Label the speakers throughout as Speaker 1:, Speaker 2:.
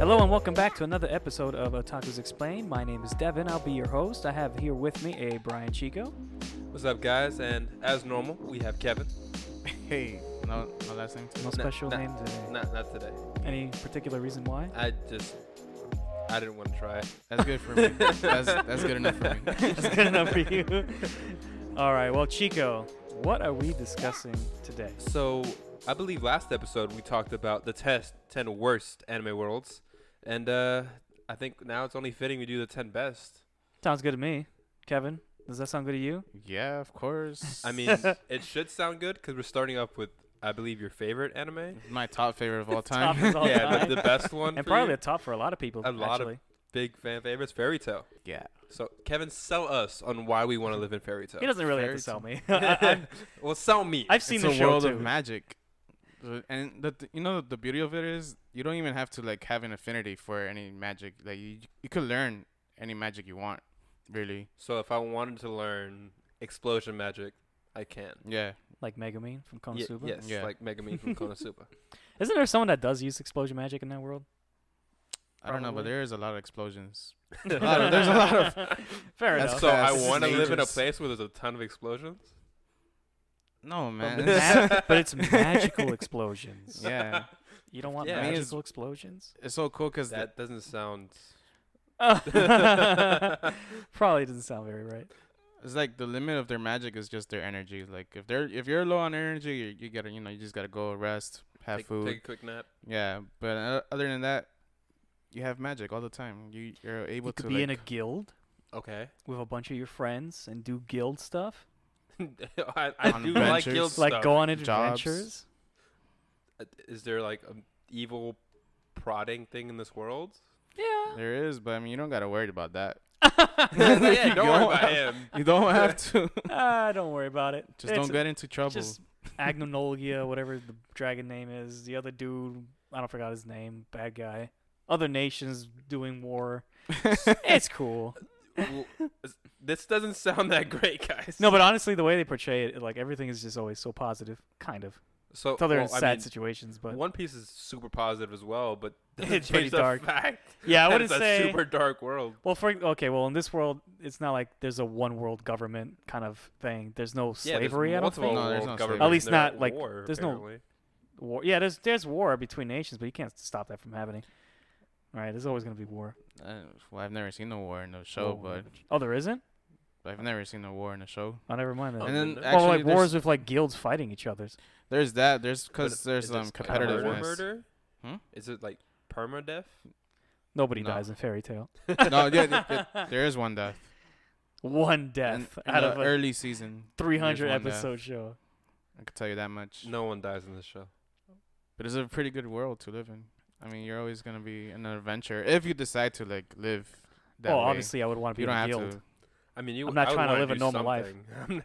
Speaker 1: Hello and welcome back to another episode of Otaku's Explained. My name is Devin. I'll be your host. I have here with me a Brian Chico.
Speaker 2: What's up, guys? And as normal, we have Kevin.
Speaker 3: Hey, no, no last name.
Speaker 1: No special
Speaker 2: nah.
Speaker 1: name today.
Speaker 2: Not not today.
Speaker 1: Any particular reason why?
Speaker 2: I just I didn't want to try. it.
Speaker 3: That's good for me. that's, that's good enough for me.
Speaker 1: That's good enough for you. All right. Well, Chico, what are we discussing today?
Speaker 2: So I believe last episode we talked about the test ten worst anime worlds, and uh, I think now it's only fitting we do the ten best.
Speaker 1: Sounds good to me. Kevin, does that sound good to you?
Speaker 3: Yeah, of course.
Speaker 2: I mean, it should sound good because we're starting off with I believe your favorite anime.
Speaker 3: my top favorite of all
Speaker 1: Top
Speaker 3: time.
Speaker 1: is all
Speaker 2: yeah,
Speaker 1: time.
Speaker 2: the, the best one.
Speaker 1: and
Speaker 2: for you.
Speaker 1: probably a top for a lot of people.
Speaker 2: A lot of-
Speaker 1: actually.
Speaker 2: big fan favorites, Fairy Tale.
Speaker 3: yeah.
Speaker 2: So Kevin, sell us on why we want to live in Fairy Tale.
Speaker 1: He doesn't really have
Speaker 3: Fairy
Speaker 1: to sell me. I,
Speaker 2: well, sell me.
Speaker 1: have seen
Speaker 3: it's
Speaker 1: the
Speaker 3: a
Speaker 1: show
Speaker 3: world
Speaker 1: too.
Speaker 3: of magic. The- And the, th- you know the beauty of it is you don't even have to like have an affinity for any magic. Like you, you could learn any magic you want, really.
Speaker 2: So if I wanted to learn explosion magic, I can.
Speaker 3: Yeah.
Speaker 1: like Megumin from
Speaker 2: Ye-
Speaker 1: Konosuba.
Speaker 2: yes,
Speaker 3: Yeah.
Speaker 2: like Megami from Konosuba.
Speaker 1: Isn't there someone that does use explosion magic in that world?
Speaker 3: I don't know, but
Speaker 1: Probably.
Speaker 3: there is a lot of explosions. A lot of- there's a lot of.
Speaker 1: Fair
Speaker 3: That's
Speaker 1: enough.
Speaker 2: so I
Speaker 3: fast.
Speaker 2: want to live in a
Speaker 3: Dangerous.
Speaker 2: place where there's a ton of explosions.
Speaker 3: No man. It's-
Speaker 1: Ma- but it's magical explosions.
Speaker 3: yeah.
Speaker 1: You don't want
Speaker 2: Yeah. I
Speaker 3: mean, it's-
Speaker 1: magical explosions?
Speaker 3: It's so cool because
Speaker 2: That doesn't sound.
Speaker 1: Probably doesn't sound very right.
Speaker 3: It's like the limit of their magic is just their energy. Like if they're if you're low on energy, you, you gotta you know you just gotta go rest, have
Speaker 2: Take,
Speaker 3: food.
Speaker 2: take a quick nap.
Speaker 3: Yeah, but uh, other than that, you have magic all the time. You you're able
Speaker 1: you could
Speaker 3: to
Speaker 1: be in a
Speaker 3: like-
Speaker 1: guild
Speaker 2: Okay.
Speaker 1: with a bunch of your friends and do guild stuff.
Speaker 2: I, I
Speaker 3: On
Speaker 2: do like guild
Speaker 3: adventures.
Speaker 1: Like
Speaker 2: stuff.
Speaker 1: go on
Speaker 3: jobs.
Speaker 1: adventures.
Speaker 2: Uh, Is there like an evil prodding thing in this world?
Speaker 1: Yeah.
Speaker 3: there is, but I mean you don't gotta worry about that.
Speaker 2: yeah,
Speaker 3: You
Speaker 2: don't worry
Speaker 3: don't
Speaker 2: about
Speaker 3: have-
Speaker 2: him.
Speaker 3: You don't have to.
Speaker 1: Ah, don't worry about it.
Speaker 3: just
Speaker 1: It's
Speaker 3: don't get into trouble.
Speaker 1: Just Agnonolia, whatever the dragon name is. The other dude, I don't forgot his name. Bad guy. Other nations doing war. it's cool.
Speaker 2: Well, this doesn't sound that great, guys.
Speaker 1: No, but honestly, the way they portray it, like everything is just always so positive, kind of.
Speaker 2: so
Speaker 1: Until they're
Speaker 2: well,
Speaker 1: in
Speaker 2: I
Speaker 1: sad
Speaker 2: mean,
Speaker 1: situations, but
Speaker 2: One Piece is super positive as well, but doesn't
Speaker 1: It's
Speaker 2: change
Speaker 1: pretty
Speaker 2: the
Speaker 1: dark.
Speaker 2: Fact
Speaker 1: yeah, I
Speaker 2: that
Speaker 1: wouldn't
Speaker 2: it's a
Speaker 1: say.
Speaker 2: super dark world.
Speaker 1: Well, for okay, well in this world, it's not like there's a one world government kind of thing. There's no
Speaker 2: Yeah, there's
Speaker 1: slavery. I don't
Speaker 2: multiple
Speaker 1: think.
Speaker 3: No, there's
Speaker 2: world
Speaker 3: no slavery.
Speaker 2: governments.
Speaker 3: At
Speaker 1: least
Speaker 2: They're at
Speaker 1: not, like,
Speaker 2: war,
Speaker 1: there's no-
Speaker 2: apparently.
Speaker 1: War. Yeah, there's there's war between nations, but you can't stop that from happening. Right? There's always gonna be war.
Speaker 3: Uh, well, I've never seen a war in a show,
Speaker 1: War. Oh, there isn't.
Speaker 3: but I've never seen a war in a show.
Speaker 1: Oh, never mind. Then.
Speaker 2: Oh,
Speaker 3: and then
Speaker 2: goodness.
Speaker 3: actually,
Speaker 1: well, like
Speaker 3: there's,
Speaker 1: wars with like guilds fighting each other's.
Speaker 3: there's that. There's because
Speaker 2: But
Speaker 3: there's
Speaker 2: is this
Speaker 3: um
Speaker 2: like a murder
Speaker 3: competitiveness.
Speaker 2: Murder?
Speaker 3: Hmm?
Speaker 2: Is it like permadeath?
Speaker 1: Nobody
Speaker 3: No.
Speaker 1: dies in fairy tale.
Speaker 3: no, yeah, th- th- there is one death.
Speaker 1: One
Speaker 3: in-
Speaker 1: death
Speaker 3: in
Speaker 1: out
Speaker 3: the
Speaker 1: of a
Speaker 3: early season.
Speaker 1: 300
Speaker 3: there's one death.
Speaker 1: episode show.
Speaker 3: I could tell you that much.
Speaker 2: No one dies in this show.
Speaker 3: But it's a pretty good world to live in. I mean, you're always gonna be in an adventure if you decide to like live. That
Speaker 1: Well,
Speaker 3: way.
Speaker 1: Oh, obviously, I would want to be
Speaker 3: you
Speaker 1: in
Speaker 3: don't
Speaker 1: a
Speaker 3: have
Speaker 1: guild.
Speaker 3: to.
Speaker 2: I mean, you.
Speaker 1: I'm not
Speaker 2: I would
Speaker 1: trying to
Speaker 2: wanna
Speaker 1: live a
Speaker 2: do
Speaker 1: normal life.
Speaker 2: something. I'm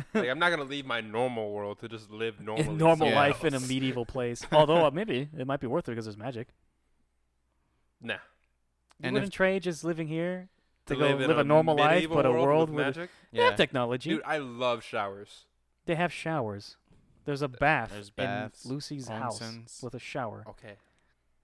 Speaker 2: not- like, I'm not gonna leave my normal world to just live normally.
Speaker 1: in normal
Speaker 2: somewhere
Speaker 1: life in a
Speaker 2: else.
Speaker 1: medieval place. Although uh, maybe it might be worth it because there's magic.
Speaker 2: Nah.
Speaker 1: You
Speaker 3: And if-
Speaker 1: wouldn't trade just living here to, go live,
Speaker 2: in
Speaker 1: a normal life,
Speaker 2: medieval
Speaker 1: but a world
Speaker 2: with
Speaker 1: with
Speaker 2: magic.
Speaker 1: they have
Speaker 3: Yeah.
Speaker 1: technology.
Speaker 2: Dude, I love showers.
Speaker 1: they have showers. There's a bath
Speaker 3: There's
Speaker 1: in
Speaker 3: baths,
Speaker 1: Lucy's house
Speaker 3: onsens.
Speaker 1: with a shower.
Speaker 2: Okay.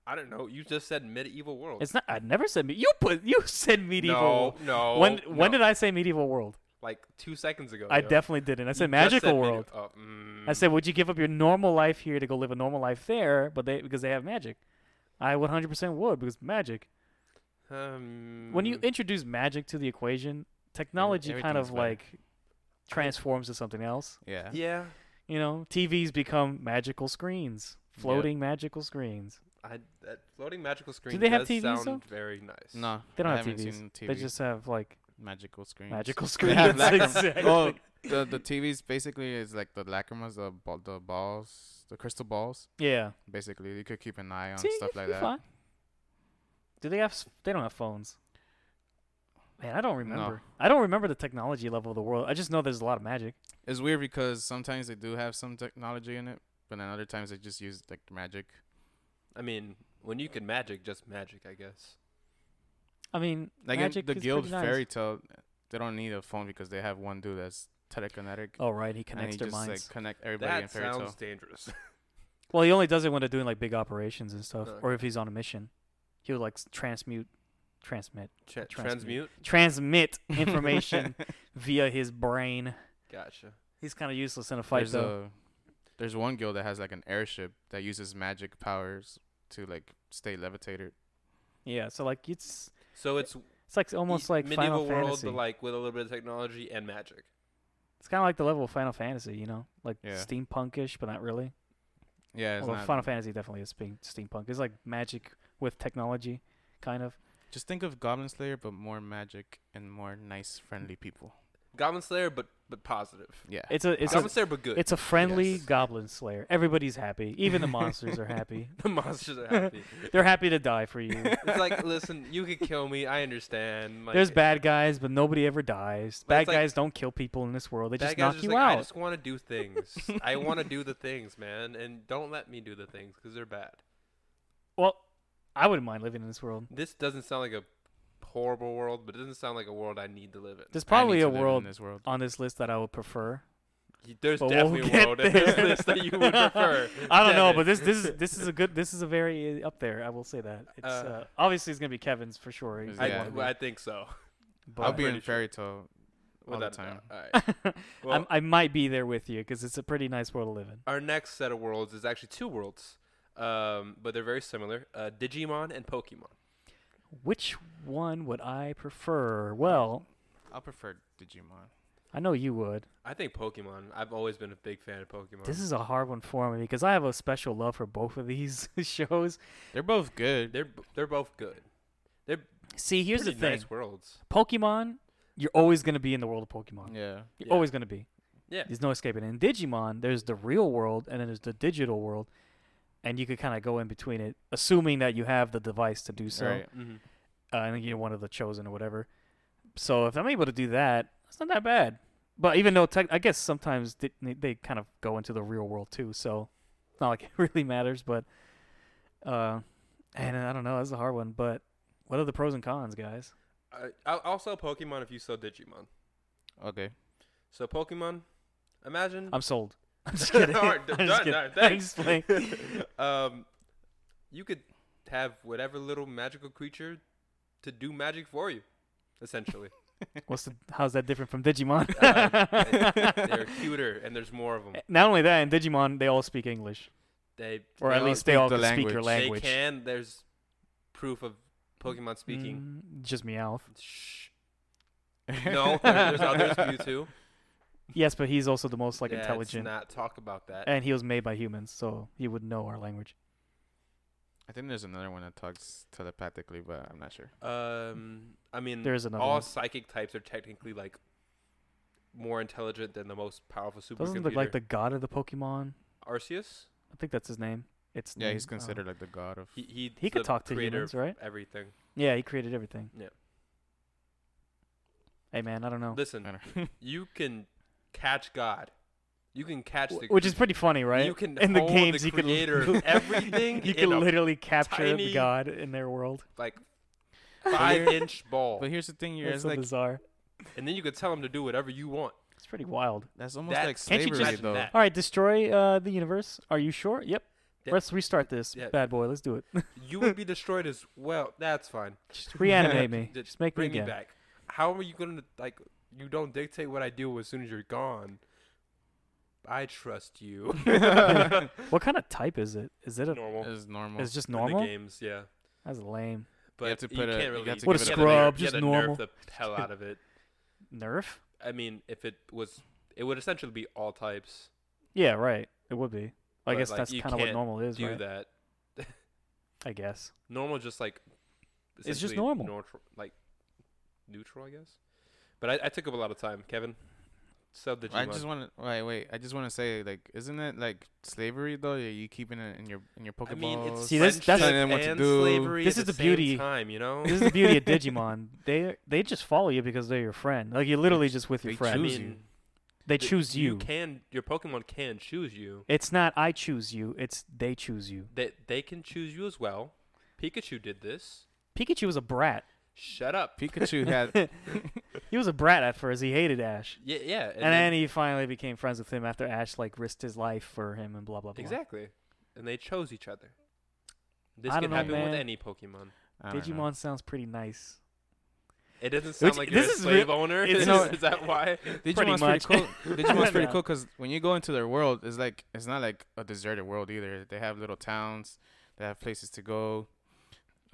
Speaker 2: I don't know. You just said medieval world.
Speaker 1: It's not. I never said me- you put you said medieval. world.
Speaker 2: No, no.
Speaker 1: when when
Speaker 2: no.
Speaker 1: did I say medieval world?
Speaker 2: like two seconds ago?
Speaker 1: I
Speaker 2: yo.
Speaker 1: definitely didn't. I
Speaker 2: You
Speaker 1: said
Speaker 2: just
Speaker 1: magical
Speaker 2: medi-
Speaker 1: world.
Speaker 2: oh, mm.
Speaker 1: I said, would you give up your normal life here to go live a normal life there? But they because they have magic. I 100% would because magic.
Speaker 2: Um,
Speaker 1: when you introduce magic to the equation, technology kind
Speaker 3: Mm-hmm. everything's
Speaker 1: of
Speaker 3: better.
Speaker 1: like transforms to something else.
Speaker 3: yeah.
Speaker 2: yeah,
Speaker 1: You know, TVs become magical screens, floating magical screens.
Speaker 2: I that floating magical screen.
Speaker 1: they have
Speaker 2: does
Speaker 1: TVs
Speaker 2: Sound
Speaker 1: though?
Speaker 2: very nice.
Speaker 3: No,
Speaker 1: They don't
Speaker 3: I
Speaker 1: have
Speaker 3: haven't
Speaker 1: TVs.
Speaker 3: Seen TV.
Speaker 1: They just have like
Speaker 3: magical screens.
Speaker 1: magical
Speaker 3: They
Speaker 1: screens.
Speaker 3: have lacrim-
Speaker 1: exactly.
Speaker 3: well, the the TVs basically is like the lacrimas, the ball, the balls, the crystal balls.
Speaker 1: yeah.
Speaker 3: Basically, you could keep an eye on
Speaker 1: See,
Speaker 3: stuff
Speaker 1: you'll
Speaker 3: like
Speaker 1: be
Speaker 3: that.
Speaker 1: fine. Do they have? s- They don't have phones. Man, I don't remember. I don't remember the technology level of the world. I just know there's a lot of magic.
Speaker 3: It's weird because sometimes they do have some technology in it, but then other times they just use like magic.
Speaker 2: I mean when you can magic, just magic, I guess.
Speaker 1: I mean,
Speaker 3: Like
Speaker 1: magic
Speaker 3: in the
Speaker 1: is
Speaker 3: guild
Speaker 1: pretty nice.
Speaker 3: fairy tale, they don't need a phone because they have one dude that's telekinetic.
Speaker 1: Oh right, he
Speaker 3: and he
Speaker 1: connects their
Speaker 3: just
Speaker 1: minds.
Speaker 3: like connect everybody in
Speaker 2: that
Speaker 3: fairy
Speaker 2: sounds
Speaker 3: tale.
Speaker 2: dangerous.
Speaker 1: Well, he only does it when they're doing like big operations and stuff,
Speaker 2: Okay.
Speaker 1: or if he's on a mission. he would like s- transmute, transmit,
Speaker 2: Tra-
Speaker 1: Transmute.
Speaker 2: transmute.
Speaker 1: transmit information via his brain.
Speaker 2: Gotcha.
Speaker 1: He's kind of useless in a fight
Speaker 3: there's
Speaker 1: though.
Speaker 3: a- there's one guild that has like an airship that uses magic powers to like stay levitated.
Speaker 1: Yeah, so like it's
Speaker 2: So it's
Speaker 1: it's like almost
Speaker 2: e-
Speaker 1: like
Speaker 2: medieval
Speaker 1: Final
Speaker 2: world,
Speaker 1: Fantasy.
Speaker 2: but like with a little bit of technology and magic.
Speaker 1: it's kind of like the level of Final Fantasy, you know, like
Speaker 3: Yeah.
Speaker 1: steampunkish, but not really.
Speaker 3: Yeah, it's
Speaker 1: Although
Speaker 3: not-
Speaker 1: Final Fantasy definitely is being steampunk. It's like magic with technology, kind of.
Speaker 3: Just think of Goblin Slayer, but more magic and more nice, friendly people.
Speaker 2: Goblin Slayer, but but positive.
Speaker 3: Yeah.
Speaker 1: It's a it's
Speaker 2: Goblin
Speaker 1: a
Speaker 2: Slayer, but good.
Speaker 1: it's a friendly
Speaker 3: Yes.
Speaker 1: goblin slayer. Everybody's happy. Even the monsters are happy.
Speaker 2: the monsters are happy.
Speaker 1: They're happy to die for you.
Speaker 2: it's like, listen, you could kill me. I understand. Like, eh,
Speaker 1: There's bad guys, but nobody ever dies.
Speaker 2: But
Speaker 1: Bad
Speaker 2: it's like-
Speaker 1: guys don't kill people in this world. They
Speaker 2: bad
Speaker 1: just
Speaker 2: guys are
Speaker 1: knock
Speaker 2: just
Speaker 1: you
Speaker 2: like, I
Speaker 1: out.
Speaker 2: just want to do things. I want to do the things, man, and don't let me do the things because they're bad.
Speaker 1: Well, I wouldn't mind living in this world.
Speaker 2: This doesn't sound like a horrible world, but it doesn't sound like a world I need to live in.
Speaker 1: There's probably
Speaker 3: I need
Speaker 1: a
Speaker 3: to live
Speaker 1: world
Speaker 3: in this world.
Speaker 1: on this list that I would prefer.
Speaker 2: Y- There's
Speaker 1: but we'll
Speaker 2: definitely a
Speaker 1: get
Speaker 2: world in this
Speaker 1: there.
Speaker 2: list that you would prefer.
Speaker 1: I don't know,
Speaker 2: Damn
Speaker 1: but
Speaker 2: it.
Speaker 1: this this is this is a good this is a very uh, up there. I will say that. It's uh,
Speaker 2: Uh,
Speaker 1: obviously it's gonna be Kevin's for sure. He's gonna
Speaker 2: I,
Speaker 3: Yeah.
Speaker 1: wanna be,
Speaker 2: well, I think so.
Speaker 1: but
Speaker 3: I'll be
Speaker 2: pretty
Speaker 3: in fairy tale. All the
Speaker 2: Without a doubt. All right. Well,
Speaker 1: I'm- I might be there with you because it's a pretty nice world to live in.
Speaker 2: our next set of worlds is actually two worlds, um, but they're very similar: uh, Digimon and Pokemon.
Speaker 1: Which one would I prefer? Well,
Speaker 3: I'll prefer Digimon.
Speaker 1: I know you would.
Speaker 2: I think Pokemon. I've always been a big fan of Pokemon.
Speaker 1: This is a hard one for me because I have a special love for both of these shows.
Speaker 3: They're both good.
Speaker 2: they're b- they're both good. They're
Speaker 1: See, here's the
Speaker 2: pretty
Speaker 1: thing:
Speaker 2: nice worlds.
Speaker 1: Pokemon, you're always gonna be in the world of Pokemon.
Speaker 3: Yeah.
Speaker 1: You're
Speaker 2: Mm, Yeah.
Speaker 1: always gonna be.
Speaker 2: Yeah,
Speaker 1: There's no escaping. In Digimon, there's the real world and then there's the digital world, and you could kind of go in between it, assuming that you have the device to do so.
Speaker 3: Right.
Speaker 2: hmm
Speaker 1: Uh, I think you're one of the chosen or whatever. So if I'm able to do that, it's not that bad. But even though tech, I guess sometimes they, they kind of go into the real world too, so it's not like it really matters. But uh, and I don't know, that's a hard one. But what are the pros and cons, guys?
Speaker 2: I, Uh, I'll, I'll sell Pokemon if you sell Digimon.
Speaker 3: Okay.
Speaker 2: So Pokemon, imagine.
Speaker 1: I'm sold. I'm just kidding.
Speaker 2: All right, d-
Speaker 1: I'm
Speaker 2: done,
Speaker 1: just kidding.
Speaker 2: all right, thanks.
Speaker 1: Explain.
Speaker 2: um, you could have whatever little magical creature to do magic for you, essentially.
Speaker 1: What's the, how's that different from Digimon? Eh,
Speaker 2: Uh, They're cuter and there's more of them.
Speaker 1: Not only that, in Digimon, they all speak English,
Speaker 2: They
Speaker 1: or
Speaker 3: They
Speaker 1: at
Speaker 3: all
Speaker 1: least they
Speaker 3: speak
Speaker 1: all
Speaker 3: the
Speaker 1: can speak your language.
Speaker 2: They can. There's proof of Pokemon speaking.
Speaker 1: Mm, just meow.
Speaker 2: Shh. No, there- there's others. Mewtwo.
Speaker 1: Yes, but he's also the most like
Speaker 2: Let's
Speaker 1: intelligent,
Speaker 2: Not talk about that.
Speaker 1: and he was made by humans, so he would know our language.
Speaker 3: I think there's another one that talks telepathically, but I'm not sure.
Speaker 2: Um, I mean,
Speaker 1: Eh. There is another.
Speaker 2: all
Speaker 1: one.
Speaker 2: psychic types are technically like more intelligent than the most powerful supercomputer.
Speaker 1: Doesn't look like the god of the Pokemon.
Speaker 2: Arceus.
Speaker 1: I think that's his name. It's
Speaker 3: Yeah, he's
Speaker 1: named, uh,
Speaker 3: considered like the god of.
Speaker 2: He he,
Speaker 1: He could
Speaker 2: the
Speaker 1: talk to
Speaker 2: creator
Speaker 1: humans,
Speaker 2: of
Speaker 1: right?
Speaker 2: Everything.
Speaker 1: Yeah, he created everything.
Speaker 2: Yeah.
Speaker 1: Hey man, I don't know.
Speaker 2: Listen,
Speaker 3: I don't-
Speaker 2: you can catch God. You can catch the
Speaker 1: Wh- Which is pretty funny, right?
Speaker 2: You can
Speaker 1: in the
Speaker 2: hold
Speaker 1: games
Speaker 2: the
Speaker 1: you can
Speaker 2: creator of everything
Speaker 1: You
Speaker 2: in
Speaker 1: can
Speaker 2: a
Speaker 1: literally capture the
Speaker 2: tiny-
Speaker 1: god in their world.
Speaker 2: like five inch ball,
Speaker 3: but here's the thing, you
Speaker 1: It's
Speaker 3: guys
Speaker 1: so
Speaker 3: like
Speaker 1: bizarre.
Speaker 2: and then you could tell him to do whatever you want.
Speaker 1: It's pretty wild.
Speaker 3: that's almost
Speaker 2: That-
Speaker 3: like
Speaker 1: can't you
Speaker 3: slavery
Speaker 1: just-
Speaker 2: Imagine
Speaker 3: though.
Speaker 2: that.
Speaker 1: All right, destroy uh, the universe. Are you sure? Yep.
Speaker 2: Yeah.
Speaker 1: Let's restart this
Speaker 2: Yeah.
Speaker 1: bad boy. Let's do it.
Speaker 2: You would be destroyed as well. That's fine.
Speaker 1: Just reanimate me.
Speaker 2: Just
Speaker 1: Just make me
Speaker 2: Bring me
Speaker 1: again.
Speaker 2: back. How are you gonna like? You don't dictate what I do as soon as you're gone. I trust you.
Speaker 1: What kind of type is it? Is it a?
Speaker 2: normal.
Speaker 3: It's normal.
Speaker 1: It's just
Speaker 2: In the
Speaker 1: normal.
Speaker 2: games, yeah.
Speaker 1: That's lame.
Speaker 2: But
Speaker 3: have to put a-
Speaker 2: can't
Speaker 3: you
Speaker 2: really.
Speaker 3: have to
Speaker 1: What a give it a nerf. scrub,
Speaker 2: You
Speaker 1: just
Speaker 2: had to
Speaker 1: normal.
Speaker 2: Nerf the hell out of it.
Speaker 1: Nerf?
Speaker 2: I mean, if it was, it would essentially be all types.
Speaker 1: Yeah, right. It would be. I
Speaker 2: But,
Speaker 1: guess
Speaker 2: like,
Speaker 1: that's
Speaker 2: you
Speaker 1: kind of what
Speaker 2: can't
Speaker 1: normal is,
Speaker 2: Do
Speaker 1: right?
Speaker 2: that.
Speaker 1: I guess.
Speaker 2: Normal, just like.
Speaker 1: It's just
Speaker 2: essentially
Speaker 1: normal.
Speaker 2: neutral- like neutral, I guess. But I, I took up a lot of time, Kevin. Sub the Digimon.
Speaker 3: I just want to wait, wait. I just want to say, like, isn't it like slavery though? Are you keeping it in your in your Pokeball?
Speaker 2: I mean, it's
Speaker 1: See, this- that's-
Speaker 2: friendship
Speaker 3: Telling them what to
Speaker 2: and
Speaker 3: do.
Speaker 2: slavery.
Speaker 1: This
Speaker 2: at
Speaker 1: is the
Speaker 2: same
Speaker 1: beauty.
Speaker 2: Time, you know.
Speaker 1: This is the beauty of Digimon. They they just follow you because they're your friend. Like you're literally just with your
Speaker 3: they
Speaker 1: friend.
Speaker 3: choose you.
Speaker 1: They
Speaker 2: th-
Speaker 1: choose you.
Speaker 2: You can. Your Pokemon can choose you.
Speaker 1: It's not I choose you. It's they choose you.
Speaker 2: They they can choose you as well. Pikachu did this.
Speaker 1: Pikachu was a brat.
Speaker 2: Shut up.
Speaker 3: Pikachu had
Speaker 1: He was a brat at first. He hated Ash.
Speaker 2: Yeah, yeah.
Speaker 1: And, then he finally became friends with him after Ash like risked his life for him and blah blah blah.
Speaker 2: exactly, and they chose each other. This
Speaker 1: I
Speaker 2: can
Speaker 1: don't know,
Speaker 2: happen with
Speaker 1: man.
Speaker 2: any Pokemon.
Speaker 3: I don't know.
Speaker 1: Digimon sounds pretty nice.
Speaker 2: It doesn't sound
Speaker 1: Which-
Speaker 2: like
Speaker 1: this
Speaker 2: you're a
Speaker 1: is real-
Speaker 2: slave owner.
Speaker 1: it's-
Speaker 2: Is,
Speaker 3: no.
Speaker 2: is that why?
Speaker 3: Digimon's pretty
Speaker 1: much.
Speaker 3: cool. Digimon's pretty
Speaker 1: Yeah.
Speaker 3: cool because when you go into their world, it's like it's not like a deserted world either. They have little towns. They have places to go.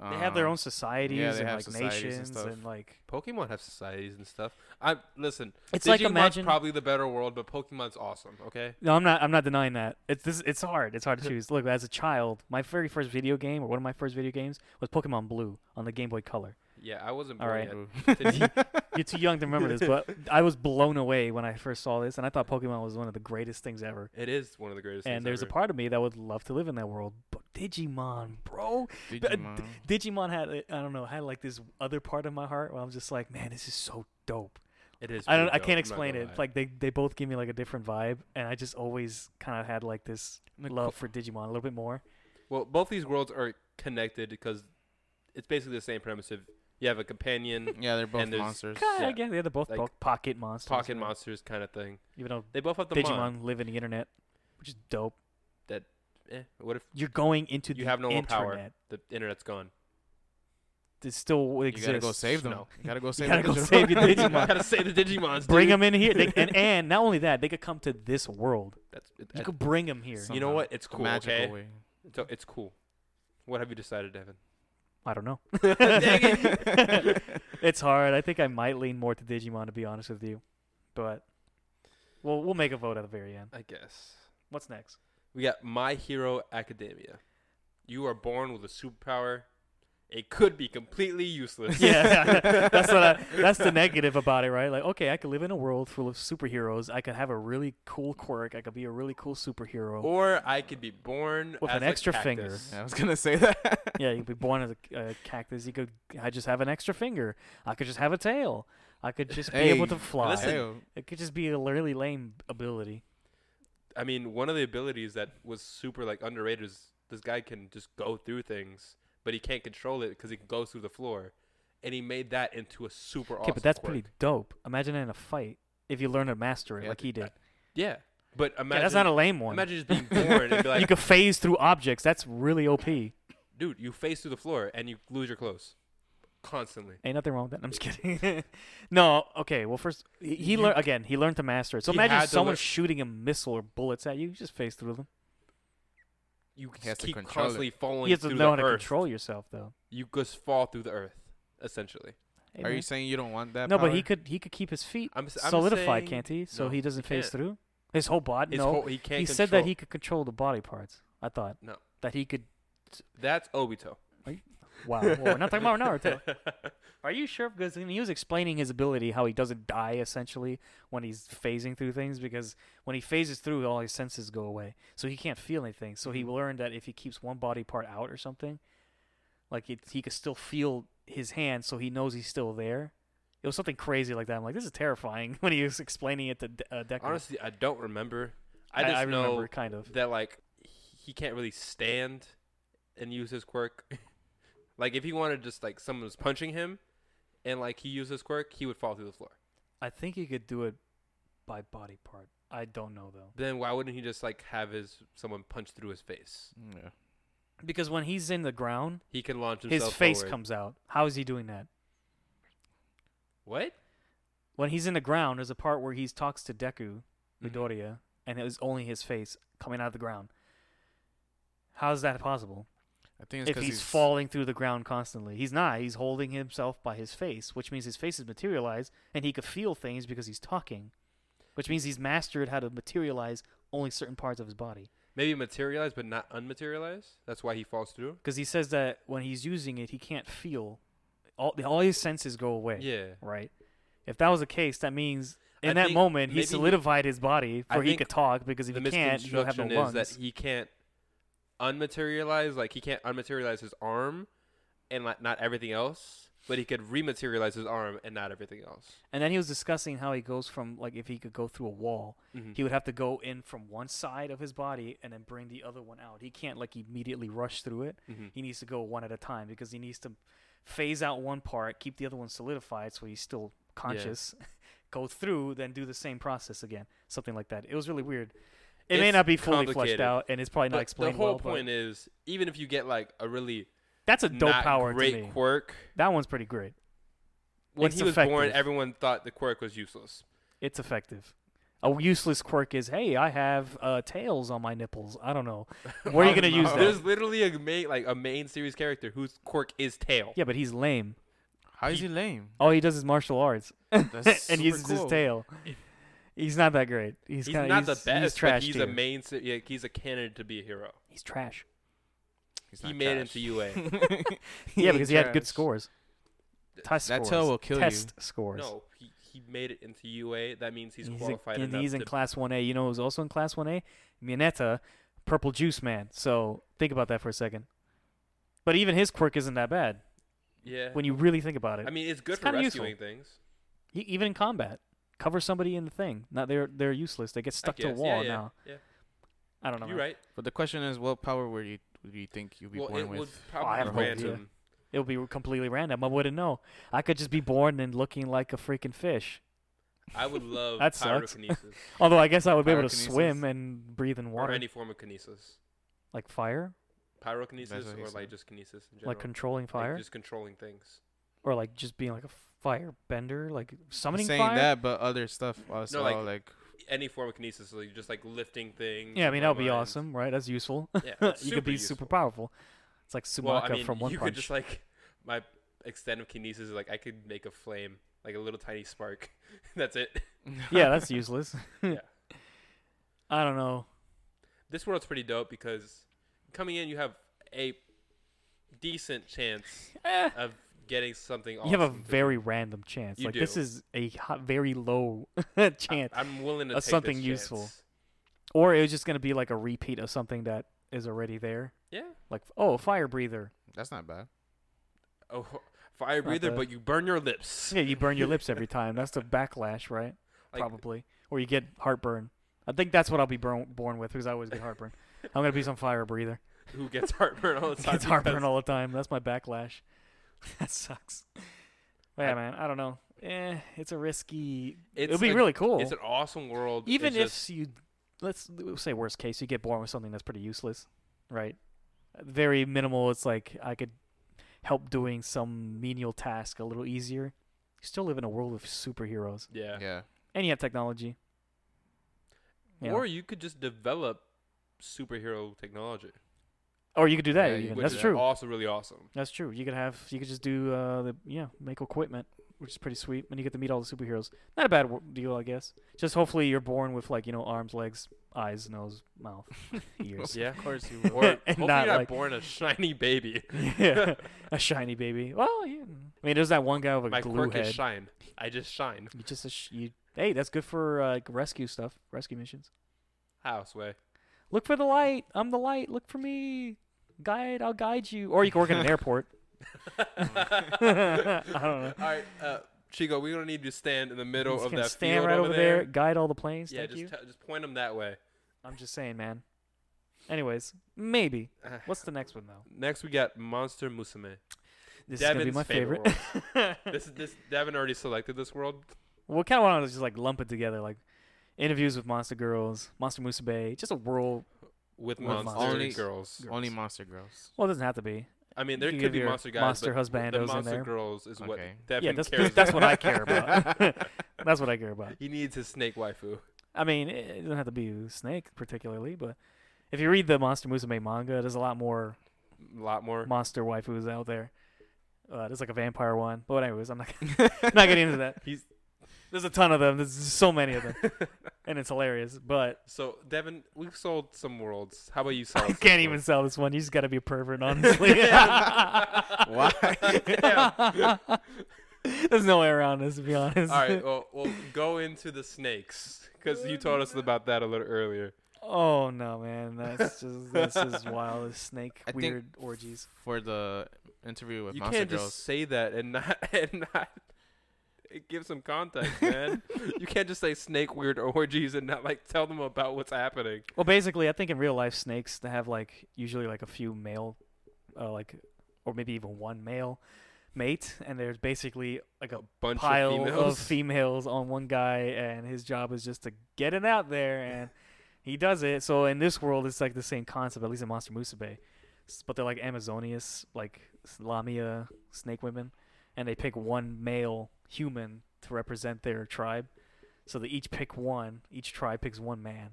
Speaker 1: they have their
Speaker 3: Um,
Speaker 1: own societies
Speaker 3: they
Speaker 1: and
Speaker 3: have
Speaker 1: like
Speaker 3: societies and
Speaker 1: nations
Speaker 3: stuff.
Speaker 1: and, like
Speaker 2: Pokemon have societies and stuff. I listen.
Speaker 1: it's
Speaker 2: Digimon's
Speaker 1: like imagine.
Speaker 2: probably the better world, but Pokemon's awesome. Okay.
Speaker 1: no, I'm not. I'm not denying that. It's this. It's hard. It's hard to choose. Look, as a child, my very first video game or one of my first video games was Pokemon Blue on the Game Boy Color.
Speaker 2: Yeah, I wasn't
Speaker 1: All
Speaker 2: born
Speaker 1: right.
Speaker 2: yet.
Speaker 1: You're too young to remember this, but I was blown away when I first saw this, and I thought Pokemon was one of the greatest things ever.
Speaker 2: It is one of the greatest.
Speaker 1: And
Speaker 2: things
Speaker 1: there's
Speaker 2: ever.
Speaker 1: a part of me that would love to live in that world, but Digimon, bro. But, uh,
Speaker 3: Digimon.
Speaker 1: D- Digimon had a- I don't know had like this other part of my heart where I'm just like, man, this is so dope.
Speaker 2: It is.
Speaker 1: I don't
Speaker 2: pretty
Speaker 1: I
Speaker 2: dope,
Speaker 1: can't
Speaker 2: I'm not
Speaker 1: explain
Speaker 2: gonna
Speaker 1: it.
Speaker 2: lie.
Speaker 1: Like they they both give me like a different vibe, and I just always kind of had like this
Speaker 3: Like,
Speaker 1: love for Digimon a little bit more.
Speaker 2: well, both these worlds are connected because it's basically the same premise. Of you have a companion,
Speaker 3: yeah, they're both
Speaker 2: and there's
Speaker 3: monsters.
Speaker 1: Kinda,
Speaker 2: Yeah.
Speaker 1: I guess yeah, they're both
Speaker 2: Like,
Speaker 1: po- pocket monsters.
Speaker 2: pocket
Speaker 1: right?
Speaker 2: monsters kind of thing.
Speaker 1: Even though
Speaker 2: They both have the
Speaker 1: Digimon
Speaker 2: mon.
Speaker 1: live in the internet, which is dope.
Speaker 2: Eh, what if
Speaker 1: You're going into
Speaker 2: you
Speaker 1: the
Speaker 2: have no more
Speaker 1: internet.
Speaker 2: power? The internet's gone.
Speaker 1: It still
Speaker 3: You
Speaker 1: exists.
Speaker 3: gotta go save them.
Speaker 2: No.
Speaker 3: You gotta go
Speaker 1: You
Speaker 3: save.
Speaker 1: gotta
Speaker 3: the
Speaker 1: go
Speaker 3: Digimon.
Speaker 1: save your
Speaker 2: You
Speaker 1: Digimon.
Speaker 2: gotta say the Digimon's.
Speaker 1: Bring
Speaker 2: dude.
Speaker 1: them in here, they, and and not only that, they could come to this world.
Speaker 2: That's,
Speaker 1: You
Speaker 2: that-
Speaker 1: could bring them here.
Speaker 3: Some-
Speaker 2: you know
Speaker 3: somehow.
Speaker 2: what? It's
Speaker 3: The
Speaker 2: cool.
Speaker 3: magical
Speaker 2: Okay,
Speaker 3: way.
Speaker 2: it's, it's cool. What have you decided, Devin?
Speaker 1: I don't know.
Speaker 2: Dang
Speaker 1: it's hard. I think I might lean more to Digimon to be honest with you, but we'll we'll make a vote at the very end.
Speaker 2: I guess
Speaker 1: What's next?
Speaker 2: we got My Hero Academia. You are born with a superpower. It could be completely useless.
Speaker 1: yeah, that's what I, that's the negative about it, right? Like, okay, I could live in a world full of superheroes. I could have a really cool quirk. I could be a really cool superhero.
Speaker 2: Or I could be born
Speaker 1: With
Speaker 2: as
Speaker 1: an
Speaker 2: a
Speaker 1: extra
Speaker 2: cactus.
Speaker 1: finger.
Speaker 3: Yeah, I was gonna say that.
Speaker 1: yeah, you could be born as a, a cactus. You could I just have an extra finger. I could just have a tail. I could just be able
Speaker 3: Hey,
Speaker 1: to fly.
Speaker 2: listen.
Speaker 3: Ew.
Speaker 1: It could just be a really lame ability.
Speaker 2: I mean, one of the abilities that was super like underrated is this guy can just go through things, but he can't control it because he can go through the floor, and he made that into a super awesome.
Speaker 1: Okay, but that's
Speaker 2: quirk.
Speaker 1: pretty dope. Imagine in a fight if you learn to master it
Speaker 3: Yeah,
Speaker 1: like he did.
Speaker 2: Yeah, but imagine
Speaker 1: yeah, that's not a lame one.
Speaker 2: imagine just being born and be
Speaker 1: you
Speaker 2: like,
Speaker 1: could phase through objects. That's really OP. Ain't
Speaker 2: dude, you face through the floor and you lose your clothes constantly.
Speaker 1: nothing wrong with that. I'm just kidding. no, okay. Well, first he, he
Speaker 2: You-
Speaker 1: learned again. He learned to master it. So
Speaker 2: He
Speaker 1: imagine
Speaker 2: had to
Speaker 1: someone
Speaker 2: learn-
Speaker 1: shooting a missile or bullets at you. You just phase through them.
Speaker 2: You just
Speaker 3: has to
Speaker 2: keep
Speaker 3: control it.
Speaker 2: constantly falling
Speaker 1: You have to
Speaker 2: through
Speaker 1: know how
Speaker 2: the
Speaker 1: to
Speaker 2: earth.
Speaker 1: control yourself, though.
Speaker 2: You just fall through the earth, essentially.
Speaker 1: Hey,
Speaker 3: Are
Speaker 1: man.
Speaker 3: you saying you don't want that?
Speaker 1: no, but he
Speaker 3: power?
Speaker 1: could he could keep his feet
Speaker 2: I'm, s- I'm
Speaker 1: solidified,
Speaker 2: saying
Speaker 1: can't he? So
Speaker 2: no,
Speaker 1: he doesn't
Speaker 2: he
Speaker 1: phase
Speaker 2: can't.
Speaker 1: through his whole body.
Speaker 2: His
Speaker 1: no,
Speaker 2: whole, he
Speaker 1: he
Speaker 2: can't.
Speaker 1: said that
Speaker 2: control-
Speaker 1: he could control the body parts. I thought.
Speaker 2: No.
Speaker 1: That he could.
Speaker 2: That's Obito.
Speaker 1: Wow. Well, we're not talking about Naruto. Are you sure? Because I mean, he was explaining his ability, how he doesn't die essentially when he's phasing through things. Because when he phases through, all his senses go away, so he can't feel anything. So
Speaker 2: Mm-hmm.
Speaker 1: he learned that if he keeps one body part out or something, like it, he could still feel his hand, so he knows he's still there. It was something crazy like that. I'm like, this is terrifying when he was explaining it to De- uh, Decker.
Speaker 2: Honestly, I don't remember. I just
Speaker 1: I,
Speaker 2: know
Speaker 1: remember kind of.
Speaker 2: that like he can't really stand and use his quirk. like if he wanted just like someone was punching him, and like he used his quirk, he would fall through the floor.
Speaker 1: I think he could do it by body part. I don't know though.
Speaker 2: Then why wouldn't he just like have his someone punch through his face?
Speaker 3: Mm, Yeah.
Speaker 1: Because when he's in the ground,
Speaker 2: He can launch himself.
Speaker 1: his face
Speaker 2: forward.
Speaker 1: comes out. How is he doing that?
Speaker 2: What?
Speaker 1: when he's in the ground, there's a part where he talks to Deku,
Speaker 2: Mhm.
Speaker 1: Midoriya, and it was only his face coming out of the ground. How is that possible?
Speaker 3: I think it's
Speaker 1: if
Speaker 3: because
Speaker 1: he's, falling through the ground constantly, he's not. He's holding himself by his face, which means his face is materialized, and he could feel things because he's talking, which means he's mastered how to materialize only certain parts of his body.
Speaker 2: Maybe materialized, but not unmaterialized. That's why he falls through.
Speaker 1: Because he says that when he's using it, he can't feel. All all his senses go away.
Speaker 2: Yeah.
Speaker 1: right? If that was the case, that means in
Speaker 2: I
Speaker 1: that
Speaker 2: think
Speaker 1: moment he
Speaker 2: maybe he-
Speaker 1: solidified his body
Speaker 2: I
Speaker 1: where he
Speaker 2: think
Speaker 1: could talk because if
Speaker 2: the
Speaker 1: he can't, he'll have no
Speaker 2: misconstruction is
Speaker 1: lungs.
Speaker 2: that he can't unmaterialize, like he can't unmaterialize his arm and like not everything else, but he could rematerialize his arm and not everything else.
Speaker 1: and then he was discussing how he goes from like if he could go through a wall,
Speaker 2: Mhm.
Speaker 1: he would have to go in from one side of his body and then bring the other one out. He can't like immediately rush through it.
Speaker 2: Mhm.
Speaker 1: He needs to go one at a time because he needs to phase out one part, keep the other one solidified so he's still conscious. go through, then do the same process again, something like that. It was really weird. It may
Speaker 2: It's
Speaker 1: not be fully fleshed
Speaker 2: complicated,
Speaker 1: out, and it's probably
Speaker 2: But
Speaker 1: not explained
Speaker 2: the whole
Speaker 1: well. but-
Speaker 2: point is, even if you get like a really
Speaker 1: That's a dope
Speaker 2: not
Speaker 1: power
Speaker 2: great
Speaker 1: to me.
Speaker 2: quirk.
Speaker 1: that one's pretty great.
Speaker 2: When
Speaker 1: It's
Speaker 2: he was born,
Speaker 1: effective.
Speaker 2: everyone thought the quirk was useless.
Speaker 1: It's effective. A useless quirk is, hey, I have uh, tails on my nipples. I don't know. Where are you
Speaker 3: Oh,
Speaker 1: gonna use
Speaker 3: no.
Speaker 1: that?
Speaker 2: There's literally a main like a main series character whose quirk is tail.
Speaker 1: Yeah, but he's lame.
Speaker 3: How is he lame?
Speaker 1: All he does is martial arts
Speaker 3: That's
Speaker 1: and
Speaker 3: super
Speaker 1: uses his
Speaker 3: cool.
Speaker 1: tail. He's not that great. He's,
Speaker 2: He's,
Speaker 1: kinda,
Speaker 2: not
Speaker 1: he's,
Speaker 2: the best,
Speaker 1: He's trash.
Speaker 2: but he's a main. se- Yeah, he's a candidate to be a hero.
Speaker 1: he's trash.
Speaker 3: He's
Speaker 2: He
Speaker 3: not
Speaker 2: made it
Speaker 3: trash.
Speaker 2: to UA.
Speaker 1: yeah, because he had good
Speaker 3: trash.
Speaker 1: scores. Test
Speaker 3: That tail
Speaker 1: scores.
Speaker 3: will kill you.
Speaker 1: Test scores.
Speaker 2: no, he, he made it into UA. That means he's,
Speaker 1: in-
Speaker 2: qualified
Speaker 1: and
Speaker 2: enough
Speaker 1: he's in
Speaker 2: to
Speaker 1: class 1A. You know who's also in class 1A? Mineta, Purple Juice Man. So think about that for a second. But even his quirk isn't that bad
Speaker 2: Yeah.
Speaker 1: when you really think about it.
Speaker 2: I mean, it's good
Speaker 1: it's
Speaker 2: for
Speaker 1: kinda
Speaker 2: rescuing things.
Speaker 1: E- even in combat, cover somebody in the thing. Now they're they're useless. They get
Speaker 2: I
Speaker 1: stuck to a
Speaker 2: guess.
Speaker 1: wall
Speaker 2: yeah, yeah,
Speaker 1: now.
Speaker 2: Yeah.
Speaker 1: I don't know.
Speaker 2: You're
Speaker 1: man.
Speaker 2: right.
Speaker 3: But the question is, what power would you would you think you'd be
Speaker 2: well,
Speaker 3: born
Speaker 2: it was
Speaker 3: with?
Speaker 1: I have
Speaker 2: probably
Speaker 1: no idea.
Speaker 2: random.
Speaker 1: It would be completely random. I wouldn't know. I could just be born and looking like a freaking fish.
Speaker 2: I would love
Speaker 1: That sucks.
Speaker 2: pyrokinesis
Speaker 1: Although I guess I would be able to
Speaker 3: Pyrokinesis.
Speaker 1: swim and breathe in
Speaker 2: or
Speaker 1: water,
Speaker 2: any form of kinesis.
Speaker 1: like fire,
Speaker 2: Pyrokinesis
Speaker 3: That's what he
Speaker 2: or
Speaker 3: said.
Speaker 2: like just kinesis in general.
Speaker 1: like controlling
Speaker 2: Like,
Speaker 1: fire,
Speaker 2: just controlling things.
Speaker 1: or like just being like a fire bender, like
Speaker 3: He's
Speaker 1: summoning
Speaker 3: saying
Speaker 1: fire.
Speaker 3: that, but other stuff also
Speaker 2: like-
Speaker 3: like,
Speaker 2: Any form of kinesis, so you're just like lifting things.
Speaker 1: Yeah, I
Speaker 2: and
Speaker 1: mean that would be
Speaker 2: online.
Speaker 1: awesome, right? That's useful.
Speaker 2: Yeah, that's
Speaker 1: you could be
Speaker 2: useful.
Speaker 1: super powerful. It's like Sumaka
Speaker 2: Well, I mean,
Speaker 1: from One
Speaker 2: you
Speaker 1: Punch.
Speaker 2: could just like my extent of kinesis is like I could make a flame, like a little tiny spark. That's it.
Speaker 1: yeah, that's useless.
Speaker 2: Yeah.
Speaker 1: I don't know.
Speaker 2: This world's pretty dope because coming in, you have a decent chance
Speaker 1: Eh.
Speaker 2: of getting something. Awesome
Speaker 1: you have a
Speaker 2: to-
Speaker 1: very random chance.
Speaker 2: You
Speaker 1: like this
Speaker 2: do. Uh,
Speaker 1: is a ho- very low chance,
Speaker 2: I, am willing to
Speaker 1: of
Speaker 2: take this
Speaker 1: something useful.
Speaker 2: chance.
Speaker 1: or it was just gonna be like a repeat of something that is already there.
Speaker 2: Yeah.
Speaker 1: Like oh, fire breather.
Speaker 3: that's not bad.
Speaker 2: Oh, fire
Speaker 1: Not
Speaker 2: breather,
Speaker 1: bad.
Speaker 2: but you burn your lips.
Speaker 1: Yeah, you burn your lips every time. That's the backlash, right?
Speaker 2: Like,
Speaker 1: Probably, or you get heartburn. I think that's what I'll be born, born with because I always get heartburn. I'm gonna be some fire breather.
Speaker 2: Who gets heartburn all the time?
Speaker 1: It's heartburn
Speaker 2: because-
Speaker 1: all the time. That's my backlash. that sucks. But yeah, man. I don't know. Eh, it's a risky. It'll
Speaker 2: It's
Speaker 1: be
Speaker 2: a-
Speaker 1: really cool.
Speaker 2: It's an awesome world.
Speaker 1: Even
Speaker 2: it's
Speaker 1: if
Speaker 2: just-
Speaker 1: you, let's say worst case, you get born with something that's pretty useless, right? Very minimal. It's like I could help doing some menial task a little easier. You still live in a world of superheroes,
Speaker 2: yeah.
Speaker 3: Yeah.
Speaker 1: and you have technology. You know?
Speaker 2: Or you could just develop superhero technology.
Speaker 1: or you could do that.
Speaker 3: Yeah, you
Speaker 1: even.
Speaker 3: could
Speaker 2: which
Speaker 1: That's
Speaker 2: is
Speaker 1: true.
Speaker 2: Also, really awesome.
Speaker 1: That's true. You could have you could just do uh the yeah make equipment, which is pretty sweet, and you get to meet all the superheroes. Not a bad wo- deal, I guess. Just hopefully you're born with like you know arms, legs, eyes, nose, mouth, ears.
Speaker 2: Yeah.
Speaker 3: Of course you
Speaker 1: would.
Speaker 3: would.
Speaker 2: Or
Speaker 1: And
Speaker 2: hopefully
Speaker 1: not
Speaker 2: you're not
Speaker 1: like-
Speaker 2: born a shiny baby.
Speaker 1: yeah, a shiny baby. Well, yeah. I mean, there's that one guy with a
Speaker 2: My
Speaker 1: glue
Speaker 2: quirk
Speaker 1: head.
Speaker 2: is shine. I just shine.
Speaker 1: you just a sh- you. Hey, that's good for uh, like, rescue stuff, rescue missions.
Speaker 2: House way.
Speaker 1: Look for the light. I'm the light. Look for me. Guide. I'll guide you. Or you can work in an airport. I don't know.
Speaker 2: All right, uh, Chico, we're gonna need you to stand in the middle
Speaker 1: Just
Speaker 2: of
Speaker 1: gonna
Speaker 2: that
Speaker 1: stand
Speaker 2: field
Speaker 1: right
Speaker 2: over
Speaker 1: there.
Speaker 2: there.
Speaker 1: Guide all the planes.
Speaker 2: Yeah,
Speaker 1: Thank
Speaker 2: just
Speaker 1: you.
Speaker 2: t- just point them that way.
Speaker 1: I'm just saying, man. Anyways, maybe.
Speaker 2: Uh,
Speaker 1: What's the next one though?
Speaker 2: Next, we got Monster Musume.
Speaker 1: This is
Speaker 2: Devin's
Speaker 1: gonna be my favorite.
Speaker 2: favorite. world. this is this. Devin already selected this world.
Speaker 1: well, kind of want to just like lump it together, like interviews with monster girls, monster musume, just a world. With
Speaker 2: with monster
Speaker 3: monsters. Only-
Speaker 2: girls.
Speaker 3: Only monster girls.
Speaker 1: Well, it doesn't have to be.
Speaker 2: I
Speaker 1: you
Speaker 2: mean, there
Speaker 1: can
Speaker 2: could
Speaker 1: give
Speaker 2: be
Speaker 1: your
Speaker 2: monster guys,
Speaker 1: monster
Speaker 2: but the-
Speaker 1: husbandos in
Speaker 2: the monster
Speaker 1: there.
Speaker 2: girls is what
Speaker 3: Okay.
Speaker 2: Devin
Speaker 1: yeah, that's
Speaker 2: cares
Speaker 1: that's
Speaker 2: about.
Speaker 1: what I care about. that's what I care about.
Speaker 2: He needs his snake waifu.
Speaker 1: I mean, it it doesn't have to be a snake particularly, but if you read the monster musume manga, there's a lot more
Speaker 2: A lot more.
Speaker 1: monster waifus out there. Uh, there's like a vampire one, but anyways, I'm not not getting into that.
Speaker 2: He's-
Speaker 1: There's a ton of them. There's so many of them, and it's hilarious. But
Speaker 2: So Devin, we've sold some worlds. How about you sell?
Speaker 1: I
Speaker 2: some
Speaker 1: can't even
Speaker 2: worlds?
Speaker 1: sell this one. You just got to be a pervert, honestly.
Speaker 2: Damn.
Speaker 1: There's no way around this, to be honest.
Speaker 2: All right. Well, we'll go into the snakes because you told us about that a little earlier.
Speaker 1: Oh no, man, that's just this is wild. This snake
Speaker 3: I think-
Speaker 1: weird orgies.
Speaker 3: For the interview with
Speaker 2: you
Speaker 3: monster
Speaker 2: can't
Speaker 3: girls.
Speaker 2: just say that and not and not. Give some context, man. you can't just say snake weird orgies and not like tell them about what's happening.
Speaker 1: Well, basically, I think in real life, snakes they have like usually like a few male, uh, like, or maybe even one male mate, and there's basically like a
Speaker 2: Bunch
Speaker 1: pile
Speaker 2: of females.
Speaker 1: of females on one guy, and his job is just to get it out there, and he does it. So in this world, it's like the same concept, at least in Monster Musume, S- but they're like Amazonias, like S- Lamia snake women, and they pick one male human to represent their tribe. So they each pick one. Each tribe picks one man,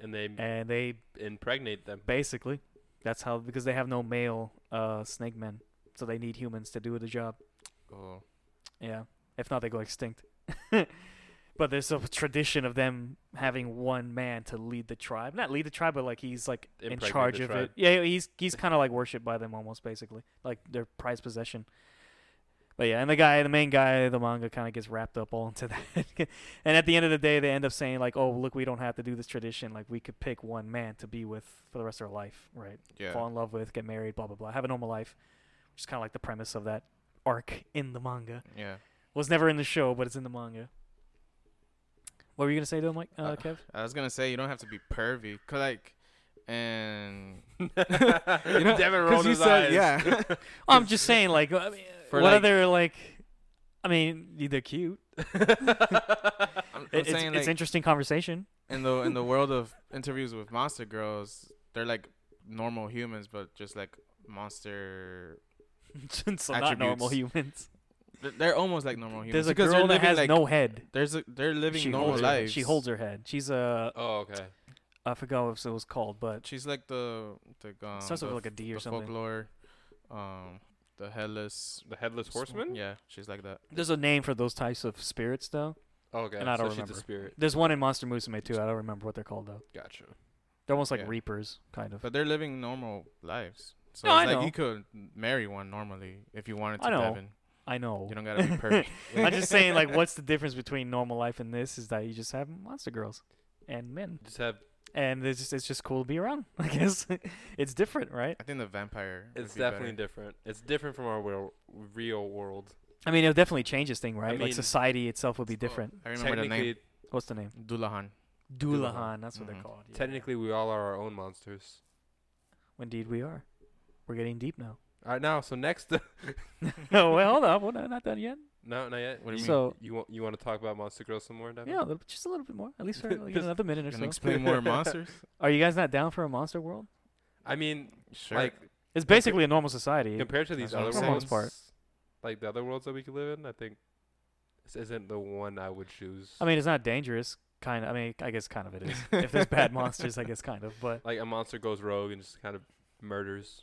Speaker 2: and they
Speaker 1: and they
Speaker 2: impregnate them.
Speaker 1: basically that's how because they have no male uh, snake men, so they need humans to do the job.
Speaker 3: Oh.
Speaker 1: Yeah. If not, they go extinct. but there's a tradition of them having one man to lead the tribe. Not lead the tribe, but like he's like in
Speaker 2: Impregnate
Speaker 1: charge
Speaker 2: the
Speaker 1: of
Speaker 2: tribe.
Speaker 1: it. Yeah, he's he's kind of like worshipped by them almost, basically, like their prized possession. But yeah, and the guy, the main guy, of the manga kind of gets wrapped up all into that. and at the end of the day, they end up saying like, "Oh, look, we don't have to do this tradition. Like, we could pick one man to be with for the rest of our life, right?
Speaker 3: Yeah.
Speaker 1: fall in love with, get married, blah blah blah, have a normal life." Which is kind of like the premise of that arc in the manga
Speaker 3: Yeah.
Speaker 1: was never in the show, but it's in the manga. What were you gonna say though, Mike? Uh,
Speaker 3: Uh,
Speaker 1: Kev?
Speaker 3: I was gonna say you don't have to be pervy, 'cause, like, and
Speaker 2: you
Speaker 3: know,
Speaker 2: Devin
Speaker 3: 'cause
Speaker 2: rolled
Speaker 3: you
Speaker 2: his eyes.
Speaker 3: said- yeah.
Speaker 1: Well, I'm just saying, like, I mean,
Speaker 3: For,
Speaker 1: what
Speaker 3: like-
Speaker 1: other like, I mean, they're cute.
Speaker 3: I'm, I'm
Speaker 1: It- it's,
Speaker 3: saying
Speaker 1: it's
Speaker 3: like
Speaker 1: interesting conversation.
Speaker 3: in the in the world of interviews with monster girls, they're like normal humans, but just like monster.
Speaker 1: so not normal
Speaker 3: Attributes.
Speaker 1: humans.
Speaker 3: They're, they're almost like normal humans.
Speaker 1: There's a
Speaker 3: because they're
Speaker 1: girl that
Speaker 3: living,
Speaker 1: has
Speaker 3: like,
Speaker 1: no head.
Speaker 3: There's a, they're living
Speaker 1: She
Speaker 3: normal
Speaker 1: holds, her,
Speaker 3: lives.
Speaker 1: she holds her head. She's a
Speaker 2: oh, okay.
Speaker 1: I forgot what it was called, but
Speaker 3: She's like the the um,
Speaker 1: starts with
Speaker 3: the
Speaker 1: like a
Speaker 3: f-
Speaker 1: D or
Speaker 3: the
Speaker 1: something.
Speaker 3: folklore, um, the headless
Speaker 2: The headless horseman.
Speaker 3: Yeah, she's like that.
Speaker 1: there's a name for those types of spirits though.
Speaker 2: Oh, okay.
Speaker 1: And I don't
Speaker 2: so
Speaker 1: remember.
Speaker 2: She's a spirit.
Speaker 1: There's one in Monster Musume too. I don't remember what they're called though.
Speaker 2: Gotcha.
Speaker 1: They're almost like
Speaker 3: Yeah.
Speaker 1: reapers, kind of.
Speaker 3: But they're living normal lives. So
Speaker 1: No,
Speaker 3: it's
Speaker 1: I
Speaker 3: like
Speaker 1: know.
Speaker 3: you could marry one normally if you wanted to,
Speaker 1: I know.
Speaker 3: Devin.
Speaker 1: I know.
Speaker 3: You don't gotta be perfect.
Speaker 1: I'm just saying, like, what's the difference between normal life and this? Is that you just have monster girls and men,
Speaker 2: Just have
Speaker 1: and it's just it's just cool to be around. I guess it's different, right?
Speaker 3: I think the vampire. would
Speaker 2: It's
Speaker 3: be better.
Speaker 2: definitely different. It's different from our real, real world.
Speaker 1: I mean, it'll definitely change this thing, right?
Speaker 2: mean-
Speaker 1: like society itself would be
Speaker 3: Oh,
Speaker 1: different.
Speaker 3: I remember the name.
Speaker 2: Technically-
Speaker 1: What's the name?
Speaker 3: Dulahan.
Speaker 1: Doulahan.
Speaker 3: Doulahan.
Speaker 1: That's what they're
Speaker 3: Mhm.
Speaker 1: called. yeah.
Speaker 2: Technically, we all are our own monsters.
Speaker 1: indeed we are. We're getting deep now.
Speaker 2: All right, now, so next,
Speaker 1: oh well, hold on. We're not, not done yet.
Speaker 2: no, not yet.
Speaker 3: What do you mean?
Speaker 1: So-
Speaker 2: you want you want to talk about Monster Girl some
Speaker 3: Uh,
Speaker 2: more, Devin?
Speaker 1: Yeah, a little, just a little bit more. At least for like,
Speaker 2: Just-
Speaker 1: another minute or
Speaker 3: Can
Speaker 1: so.
Speaker 3: explain more monsters?
Speaker 1: are you guys not down for a monster world?
Speaker 2: I mean,
Speaker 3: Sure.
Speaker 2: like
Speaker 1: It's
Speaker 2: Compar-
Speaker 1: basically a normal society.
Speaker 2: compared to these
Speaker 3: that's what
Speaker 2: other
Speaker 3: I'm saying.
Speaker 2: worlds,
Speaker 1: For the most
Speaker 2: like the other worlds that we could live in, I think this isn't the one I would choose.
Speaker 1: I mean, it's not dangerous. Kind of. I mean, I guess kind of it is. if there's bad monsters, I guess kind of. But
Speaker 2: like a monster goes rogue and just kind of murders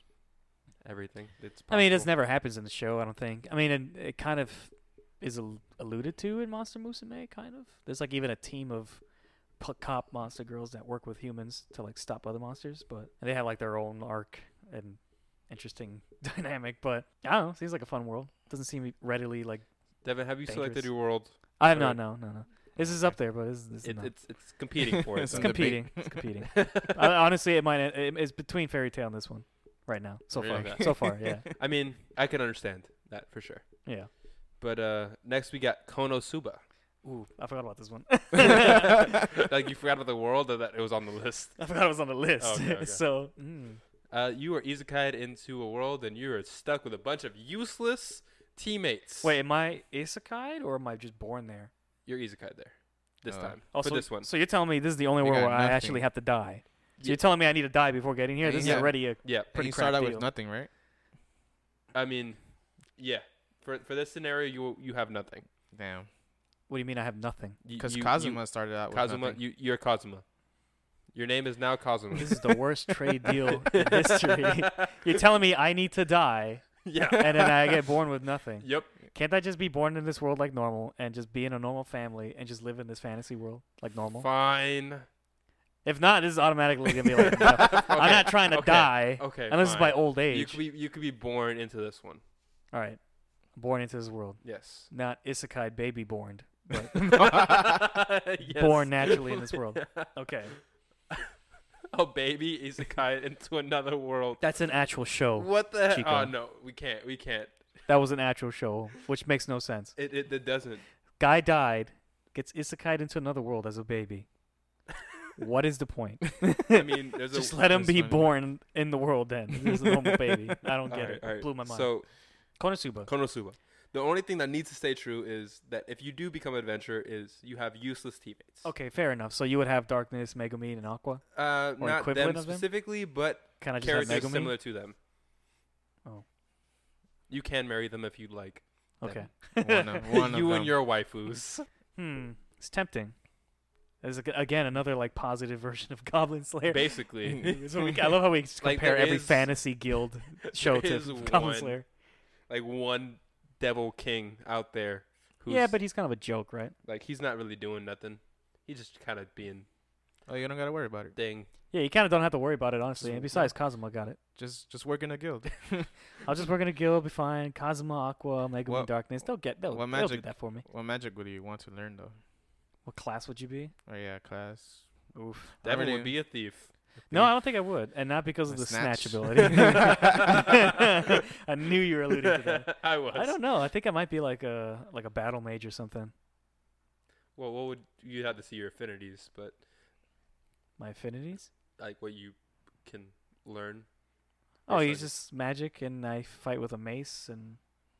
Speaker 2: everything. It's
Speaker 1: I mean, it
Speaker 2: possible.
Speaker 1: never happens in the show. I don't think. I mean, it, it kind of is al- alluded to in Monster Musume. Kind of. There's like even a team of p- cop monster girls that work with humans to like stop other monsters, but and they have like their own arc and interesting dynamic. But I don't know. Seems like a fun world. Doesn't seem e-, readily like.
Speaker 2: Devin, have you selected
Speaker 1: dangerous.
Speaker 2: your world?
Speaker 1: I have
Speaker 2: Or-
Speaker 1: not. No, no, no. This is up there, but this, this is
Speaker 2: It,
Speaker 1: not.
Speaker 2: it's it's competing for it.
Speaker 3: It's
Speaker 1: It's
Speaker 2: though.
Speaker 3: com-
Speaker 1: competing. It's competing. I, honestly, it might. It, it's between Fairy Tale and this one, right now. So
Speaker 2: Really?
Speaker 1: far, so far, yeah,
Speaker 2: I mean, I can understand that for sure.
Speaker 1: yeah.
Speaker 2: But uh, next we got Konosuba.
Speaker 1: Ooh, I forgot about this one.
Speaker 2: like you forgot about the world or that it was on the list.
Speaker 1: I forgot it was on the list.
Speaker 2: Okay, okay.
Speaker 1: so mm.
Speaker 2: Uh, you are isekai'd into a world and you are stuck with a bunch of useless teammates.
Speaker 1: wait, am I isekai or am I just born there?
Speaker 2: you're isekai'd there this
Speaker 3: Uh,
Speaker 2: time
Speaker 1: Oh,
Speaker 2: for
Speaker 1: so,
Speaker 2: this one.
Speaker 1: So you're telling me this is the only
Speaker 3: You
Speaker 1: world
Speaker 3: got
Speaker 1: where I actually
Speaker 3: nothing.
Speaker 1: have to die? So
Speaker 2: Ye-
Speaker 1: you're telling me I need to die before getting here? This
Speaker 2: Yeah.
Speaker 1: is already a
Speaker 2: yeah,
Speaker 1: pretty
Speaker 3: you start
Speaker 1: crap
Speaker 3: out
Speaker 1: deal.
Speaker 3: with nothing, right?
Speaker 2: I mean, yeah. For for this scenario, you you have nothing.
Speaker 3: Damn.
Speaker 1: what do you mean I have nothing?
Speaker 2: You-
Speaker 3: Because
Speaker 2: you- you-
Speaker 3: Kazuma started out with
Speaker 2: Kazuma,
Speaker 3: nothing.
Speaker 2: you you're Kazuma. Your name is now Kazuma.
Speaker 1: This is the worst trade deal in history. you're telling me I need to die
Speaker 2: yeah.
Speaker 1: and then I get born with nothing.
Speaker 2: Yep.
Speaker 1: Can't I just be born in this world like normal and just be in a normal family and just live in this fantasy world like normal?
Speaker 2: Fine.
Speaker 1: If not, this is automatically gonna be like, no. I'm
Speaker 2: Okay,
Speaker 1: not trying to
Speaker 2: okay,
Speaker 1: die
Speaker 2: Okay.
Speaker 1: unless it's by
Speaker 2: fine.
Speaker 1: old age.
Speaker 2: You could be you could be born into this one.
Speaker 1: All right. Born into this world.
Speaker 2: Yes.
Speaker 1: Not isekai baby born. But
Speaker 2: Yes.
Speaker 1: born naturally in this world. Okay.
Speaker 2: Oh, baby, isekai into another world.
Speaker 1: That's an actual show.
Speaker 2: What the heck?
Speaker 1: Chico.
Speaker 2: Oh no, we can't. We can't.
Speaker 1: That was an actual show, which makes no sense.
Speaker 2: It it, it doesn't.
Speaker 1: Guy died, gets isekai into another world as a baby. What is the point?
Speaker 2: I mean, there's
Speaker 1: Just
Speaker 2: a.
Speaker 1: let him
Speaker 3: that's
Speaker 1: be
Speaker 3: funny.
Speaker 1: born in the world then. There's a normal baby. I don't get
Speaker 2: Alright,
Speaker 1: it.
Speaker 2: alright.
Speaker 1: Blew my mind.
Speaker 2: So
Speaker 1: Konosuba.
Speaker 2: Konosuba. The only thing that needs to stay true is that if you do become an adventurer, is you have useless teammates.
Speaker 1: Okay, fair enough. So you would have Darkness, Megumi, and Aqua.
Speaker 2: Uh,
Speaker 1: Or
Speaker 2: not
Speaker 1: equivalent
Speaker 2: them
Speaker 1: of them?
Speaker 2: specifically, but
Speaker 1: Can I just have
Speaker 2: characters
Speaker 1: Megumi?
Speaker 2: similar to them. You can marry them if you'd like.
Speaker 1: Okay.
Speaker 3: One of, one of
Speaker 2: you
Speaker 3: them.
Speaker 2: and your waifus.
Speaker 1: Hmm. It's tempting. There's ag- again another like positive version of Goblin Slayer.
Speaker 2: Basically,
Speaker 1: So we- I love how we just
Speaker 2: Like,
Speaker 1: compare
Speaker 2: there
Speaker 1: every
Speaker 2: is-
Speaker 1: fantasy guild show
Speaker 2: there
Speaker 1: to
Speaker 2: is
Speaker 1: Goblin
Speaker 2: one
Speaker 1: Slayer.
Speaker 2: like one devil king out there who's
Speaker 1: Yeah, but he's kind of a joke, right?
Speaker 2: like he's not really doing nothing. He's just kind of being
Speaker 3: Oh, you don't gotta worry about it.
Speaker 2: dang.
Speaker 1: Yeah, you kind of don't have to worry about it, honestly.
Speaker 3: So-
Speaker 1: And besides, Kazuma got it.
Speaker 3: Just just work in a guild.
Speaker 1: I'll just work in a guild, be fine. Kazuma, Aqua, Mega Man
Speaker 3: What-
Speaker 1: Darkness. They'll get. They'll,
Speaker 3: what
Speaker 1: they'll do
Speaker 3: magic-
Speaker 1: that for me.
Speaker 3: what magic would you want to learn though?
Speaker 1: What class would you be?
Speaker 3: Oh yeah, class.
Speaker 1: Oof.
Speaker 3: I
Speaker 2: Devil
Speaker 3: already-
Speaker 2: would be a thief.
Speaker 1: No, I don't think I would, and not because of
Speaker 3: My
Speaker 1: the snatch,
Speaker 3: snatch.
Speaker 1: ability. I knew you were alluding to that.
Speaker 2: I was.
Speaker 1: I don't know. I think I might be like a like a battle mage or something.
Speaker 2: Well, what would you would have to see your affinities, but
Speaker 1: My affinities.
Speaker 2: like what you can learn.
Speaker 1: Oh,
Speaker 2: Or
Speaker 1: he's
Speaker 2: should I
Speaker 1: just magic, and I fight with a mace and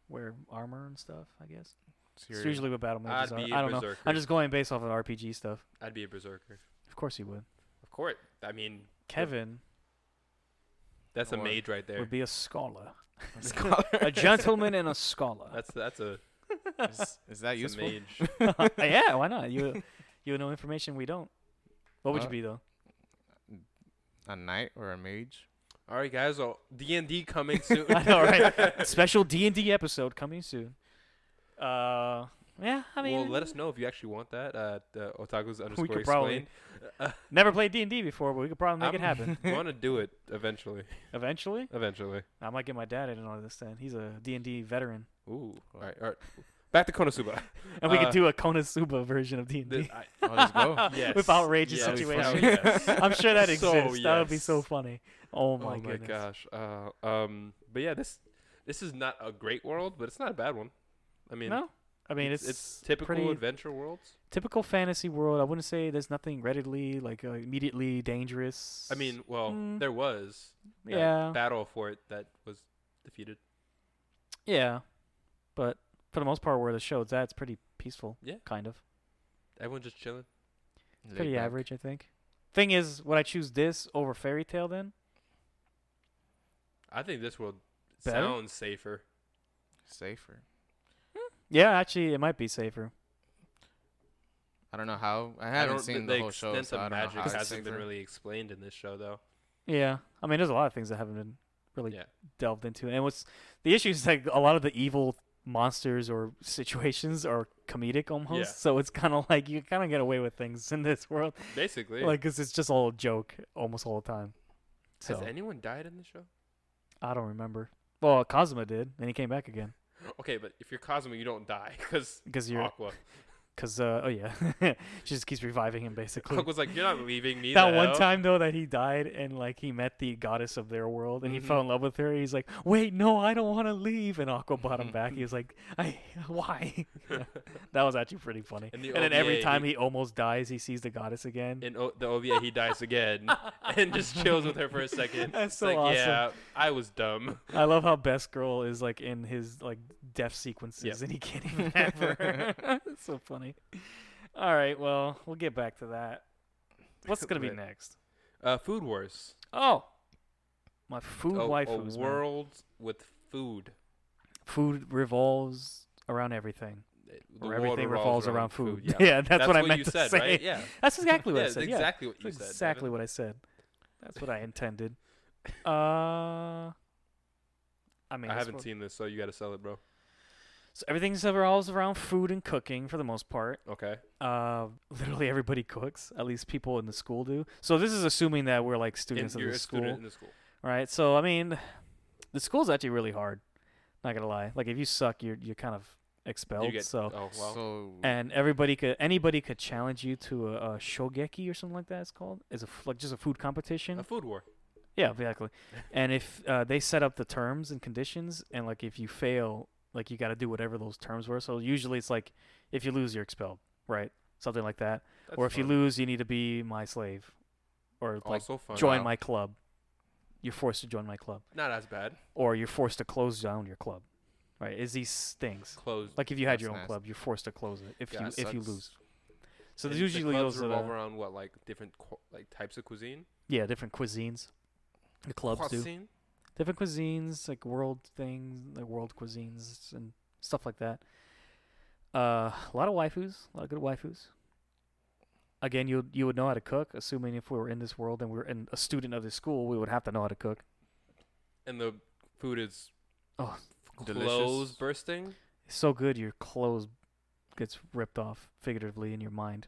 Speaker 1: wear armor and stuff. I guess it's
Speaker 3: Serious.
Speaker 1: usually what battle mages
Speaker 2: I'd be
Speaker 1: are. I
Speaker 2: a
Speaker 1: don't know.
Speaker 2: berserker.
Speaker 1: I'm just going based off of RPG stuff.
Speaker 2: I'd be a berserker.
Speaker 1: Of course, he would.
Speaker 2: Of course. I mean,
Speaker 1: Kevin
Speaker 2: that's a
Speaker 3: Or-
Speaker 2: mage right there.
Speaker 1: would be a scholar,
Speaker 3: Scholar.
Speaker 1: a gentleman, and a scholar.
Speaker 2: That's that's a,
Speaker 3: is, is that
Speaker 2: that's a
Speaker 3: useful?
Speaker 2: mage.
Speaker 1: yeah, why not? You you know information we don't. What would you
Speaker 3: Uh,
Speaker 1: be though?
Speaker 3: A knight or a mage?
Speaker 2: All right, guys. Well, D and D coming soon.
Speaker 1: I know, right? Special D and D episode coming soon. Uh, yeah. I mean,
Speaker 2: well, let us know if you actually want that at uh, otaku's underscore
Speaker 1: could probably
Speaker 2: explain.
Speaker 1: never played D and D before, but we could probably make it happen
Speaker 2: want to do it eventually.
Speaker 1: eventually.
Speaker 2: Eventually.
Speaker 1: I might get my dad in on this then. He's a D and D veteran,
Speaker 2: Ooh. All right. All right. Back to Konosuba.
Speaker 1: and we
Speaker 2: Uh,
Speaker 1: could do a Konosuba version of D and
Speaker 2: Th-
Speaker 1: D
Speaker 2: I-
Speaker 3: Oh, let's go.
Speaker 2: yes.
Speaker 1: with outrageous Oh,
Speaker 2: Yes.
Speaker 1: situations.
Speaker 2: Hell yes.
Speaker 1: I'm sure that
Speaker 2: So
Speaker 1: exists. That would be so
Speaker 2: yes.
Speaker 1: funny. Oh
Speaker 2: Oh
Speaker 1: my,
Speaker 2: my,
Speaker 1: goodness.
Speaker 2: gosh. Uh, um. But yeah, this this is not a great world, but it's not a bad one. I mean,
Speaker 1: no, I mean
Speaker 2: it's,
Speaker 1: it's,
Speaker 2: it's typical
Speaker 1: pretty
Speaker 2: adventure worlds.
Speaker 1: typical fantasy world. I wouldn't say there's nothing readily like uh, immediately dangerous.
Speaker 2: I mean, well,
Speaker 1: Mm.
Speaker 2: there was that
Speaker 1: yeah,
Speaker 2: battle for it that was defeated.
Speaker 1: yeah, but for the most part, where the show's at, it's pretty peaceful.
Speaker 2: Yeah.
Speaker 1: kind of.
Speaker 2: Everyone just chilling.
Speaker 3: Laid
Speaker 1: pretty
Speaker 3: back.
Speaker 1: average, I think. Thing is, would I choose this over Fairy Tale then?
Speaker 2: I think this world
Speaker 1: Better?
Speaker 2: sounds safer.
Speaker 3: Safer.
Speaker 1: Yeah, actually, it might be safer.
Speaker 3: I don't know how. I
Speaker 2: I
Speaker 3: haven't
Speaker 2: don't-
Speaker 3: seen the whole show,
Speaker 2: extent
Speaker 3: so I
Speaker 2: of
Speaker 3: don't know
Speaker 2: magic
Speaker 3: how it's
Speaker 2: hasn't been
Speaker 3: safer.
Speaker 2: really explained in this show, though.
Speaker 1: Yeah, I mean, there's a lot of things that haven't been really
Speaker 2: Yeah.
Speaker 1: delved into, and what's the issue is like a lot of the evil monsters or situations are comedic almost,
Speaker 2: Yeah.
Speaker 1: so it's kind of like you kind of get away with things in this world,
Speaker 2: Basically,
Speaker 1: Like 'cause it's just all a joke almost all the time. So
Speaker 2: has anyone died in the show?
Speaker 1: I don't remember. Well, Cosma did, and he came back again
Speaker 2: Okay, but if you're Cosmo, you don't die because
Speaker 1: because you're
Speaker 2: Aqua.
Speaker 1: because uh, oh yeah, she just keeps reviving him basically.
Speaker 2: Aqua's like, you're not leaving me.
Speaker 1: that
Speaker 2: the
Speaker 1: one
Speaker 2: hell."
Speaker 1: time though that he died and like he met the goddess of their world and
Speaker 2: Mhm.
Speaker 1: he fell in love with her he's like wait no i don't want to leave and aqua bought him back he was like i why that was actually pretty funny
Speaker 2: In
Speaker 1: and,
Speaker 2: the
Speaker 1: then every
Speaker 2: OVA,
Speaker 1: time
Speaker 2: he-
Speaker 1: he almost dies he sees the goddess again
Speaker 2: In o- the OVA, he dies again and just chills with her for a second.
Speaker 1: That's
Speaker 2: It's
Speaker 1: so
Speaker 2: like,
Speaker 1: awesome.
Speaker 2: Yeah, I was dumb.
Speaker 1: i love how best girl is like in his like death sequences and he can't even have her it's so funny all right well we'll get back to that what's gonna be
Speaker 2: Right.
Speaker 1: next
Speaker 2: Uh, food wars.
Speaker 1: oh my food
Speaker 2: a,
Speaker 1: wife
Speaker 2: Oh, a world with food.
Speaker 1: food revolves around everything
Speaker 2: It- the
Speaker 1: Or
Speaker 2: world
Speaker 1: everything revolves around food. Yeah, that's,
Speaker 2: That's
Speaker 1: what, I meant
Speaker 2: you
Speaker 1: to
Speaker 2: said,
Speaker 1: say.
Speaker 2: right? Yeah.
Speaker 1: That's exactly what
Speaker 2: yeah,
Speaker 1: I said. Yeah,
Speaker 2: Exactly what you
Speaker 1: that's
Speaker 2: said.
Speaker 1: exactly what I said. That's what I intended. Uh, I mean,
Speaker 2: I
Speaker 1: this
Speaker 2: haven't
Speaker 1: one-
Speaker 2: seen this, so you got to sell it, bro.
Speaker 1: So everything revolves around food and cooking for the most part.
Speaker 2: Okay.
Speaker 1: Uh, literally everybody cooks. At least people in the school do. So this is assuming that we're like
Speaker 2: And
Speaker 1: students of
Speaker 2: you're
Speaker 1: the
Speaker 2: a
Speaker 1: school,
Speaker 2: student in the school.
Speaker 1: right? So I mean, the school's actually really hard. Not gonna lie. Like if you suck, you're you're kind of expelled.
Speaker 2: You get,
Speaker 1: so
Speaker 2: oh, wow.
Speaker 3: So
Speaker 1: and everybody could anybody could challenge you to a, a shogeki or something like that. It's called. It's a f- like just a food competition.
Speaker 2: a food war.
Speaker 1: yeah, exactly. and if uh, they set up the terms and conditions, and like if you fail, like you got to do whatever those terms were. So usually it's like if you lose, you're expelled, right? Something like that.
Speaker 2: That's
Speaker 1: or if you
Speaker 2: fun.
Speaker 1: lose, you need to be my slave, or like
Speaker 2: also fun.
Speaker 1: join
Speaker 3: Wow.
Speaker 1: my club. You're forced to join my club,
Speaker 2: Not as bad.
Speaker 1: or you're forced to close down your club, right? Is these things
Speaker 2: Closed.
Speaker 1: like if you had
Speaker 3: That's
Speaker 1: your own
Speaker 3: nice.
Speaker 1: club, you're forced to close it if you
Speaker 2: Yeah, that
Speaker 1: if you
Speaker 3: sucks.
Speaker 1: lose. So
Speaker 2: And
Speaker 1: there's usually
Speaker 2: the clubs
Speaker 1: those that
Speaker 2: revolve
Speaker 1: are-
Speaker 2: around what like different qu- like types of cuisine.
Speaker 1: Yeah, different cuisines. The clubs do.
Speaker 2: Cuisine.
Speaker 1: different cuisines, like world things, like world cuisines and stuff like that. Uh, a lot of waifus, a lot of good waifus. Again, you you would know how to cook, assuming if we were in this world and we were in a student of this school, we would have to know how to cook.
Speaker 2: and the food is
Speaker 1: Oh,
Speaker 3: Delicious.
Speaker 2: clothes bursting.
Speaker 1: it's so good your clothes gets ripped off figuratively in your mind.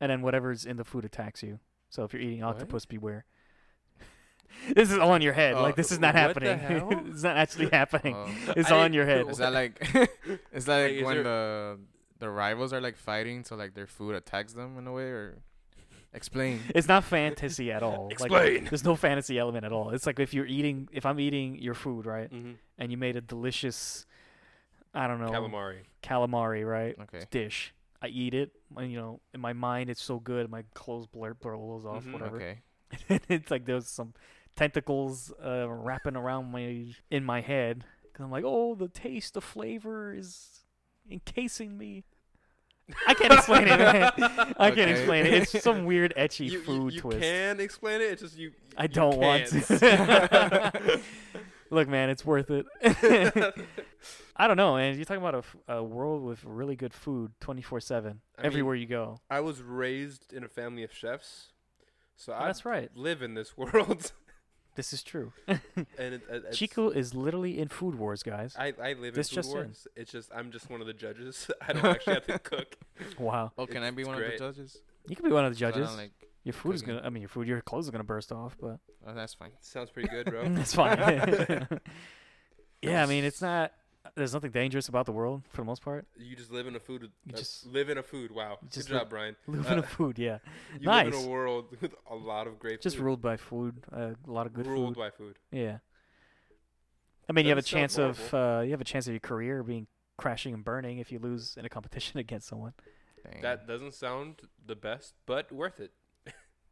Speaker 1: And then whatever's in the food attacks you. So if you're eating
Speaker 2: What?
Speaker 1: octopus, beware. this is all in your head.
Speaker 3: Uh,
Speaker 1: like this is not
Speaker 2: what the
Speaker 1: happening.
Speaker 2: hell? Uh.
Speaker 1: it's not actually happening.
Speaker 3: Oh.
Speaker 1: it's
Speaker 2: I
Speaker 1: on
Speaker 2: didn't-
Speaker 1: your head.
Speaker 3: Is that like is that
Speaker 2: Like,
Speaker 3: like
Speaker 2: is
Speaker 3: when
Speaker 2: there-
Speaker 3: the the rivals are like fighting so like their food attacks them in a way or explain.
Speaker 1: It's not fantasy at all.
Speaker 2: Explain.
Speaker 1: Like, there's no fantasy element at all. It's like if you're eating, if I'm eating your food, right,
Speaker 2: hmm
Speaker 1: and you made a delicious, I don't know,
Speaker 2: Calamari.
Speaker 1: calamari, right,
Speaker 3: Okay.
Speaker 1: dish. I eat it, and, you know, in my mind, it's so good. My clothes blur blurs off,
Speaker 2: Mhm.
Speaker 1: whatever.
Speaker 3: Okay.
Speaker 1: it's like there's some tentacles uh, wrapping around my in my head. Cause I'm like, oh, the taste, the flavor is encasing me. I can't explain it. Man. I can't
Speaker 3: Okay.
Speaker 1: explain it. It's some weird etchy
Speaker 2: You, you,
Speaker 1: food
Speaker 2: you
Speaker 1: twist.
Speaker 2: can explain it. It's just you.
Speaker 1: I
Speaker 2: you
Speaker 1: don't want
Speaker 2: can't.
Speaker 1: to. Look, man, it's worth it. I don't know, man. You're talking about a f- a, world with really good food 24 7
Speaker 2: I mean,
Speaker 1: everywhere you go.
Speaker 2: I was raised in a family of chefs, so I
Speaker 1: Oh, That's right.
Speaker 2: live in this world.
Speaker 1: This is true.
Speaker 2: and it, it, it's-
Speaker 1: Chico is literally in Food Wars, guys.
Speaker 2: I, I live
Speaker 1: This
Speaker 2: in food
Speaker 1: just in.
Speaker 2: wars. It's just I'm just one of the judges. I don't actually have to cook.
Speaker 1: Wow.
Speaker 3: Oh, can I be
Speaker 2: It's
Speaker 3: one
Speaker 2: great.
Speaker 3: of the judges? So
Speaker 1: You could be one of the
Speaker 3: I don't,
Speaker 1: judges.
Speaker 3: like,
Speaker 1: Your food is
Speaker 3: cooking.
Speaker 1: gonna. I mean, your food. Your clothes are gonna burst off, but
Speaker 3: oh, that's fine.
Speaker 2: Sounds pretty good, bro.
Speaker 1: Mm, that's fine. yeah, I mean, it's not. There's nothing dangerous about the world for the most part.
Speaker 2: You just live in a food.
Speaker 1: You
Speaker 2: uh,
Speaker 1: just-
Speaker 2: live in a food. Wow,
Speaker 1: you just
Speaker 2: good job,
Speaker 1: live-
Speaker 2: Brian.
Speaker 1: Living
Speaker 2: Uh,
Speaker 1: of food, yeah.
Speaker 2: You live
Speaker 1: Nice.
Speaker 2: in a world with a lot of great
Speaker 1: Just
Speaker 2: food.
Speaker 1: ruled by food. Uh, a lot of good food.
Speaker 2: ruled by food.
Speaker 1: Yeah. I mean, you have a
Speaker 2: Doesn't sound
Speaker 1: chance of uh, you have a chance of your career being crashing and burning if you lose in a competition against someone.
Speaker 3: Dang.
Speaker 2: That doesn't sound the best, but worth it.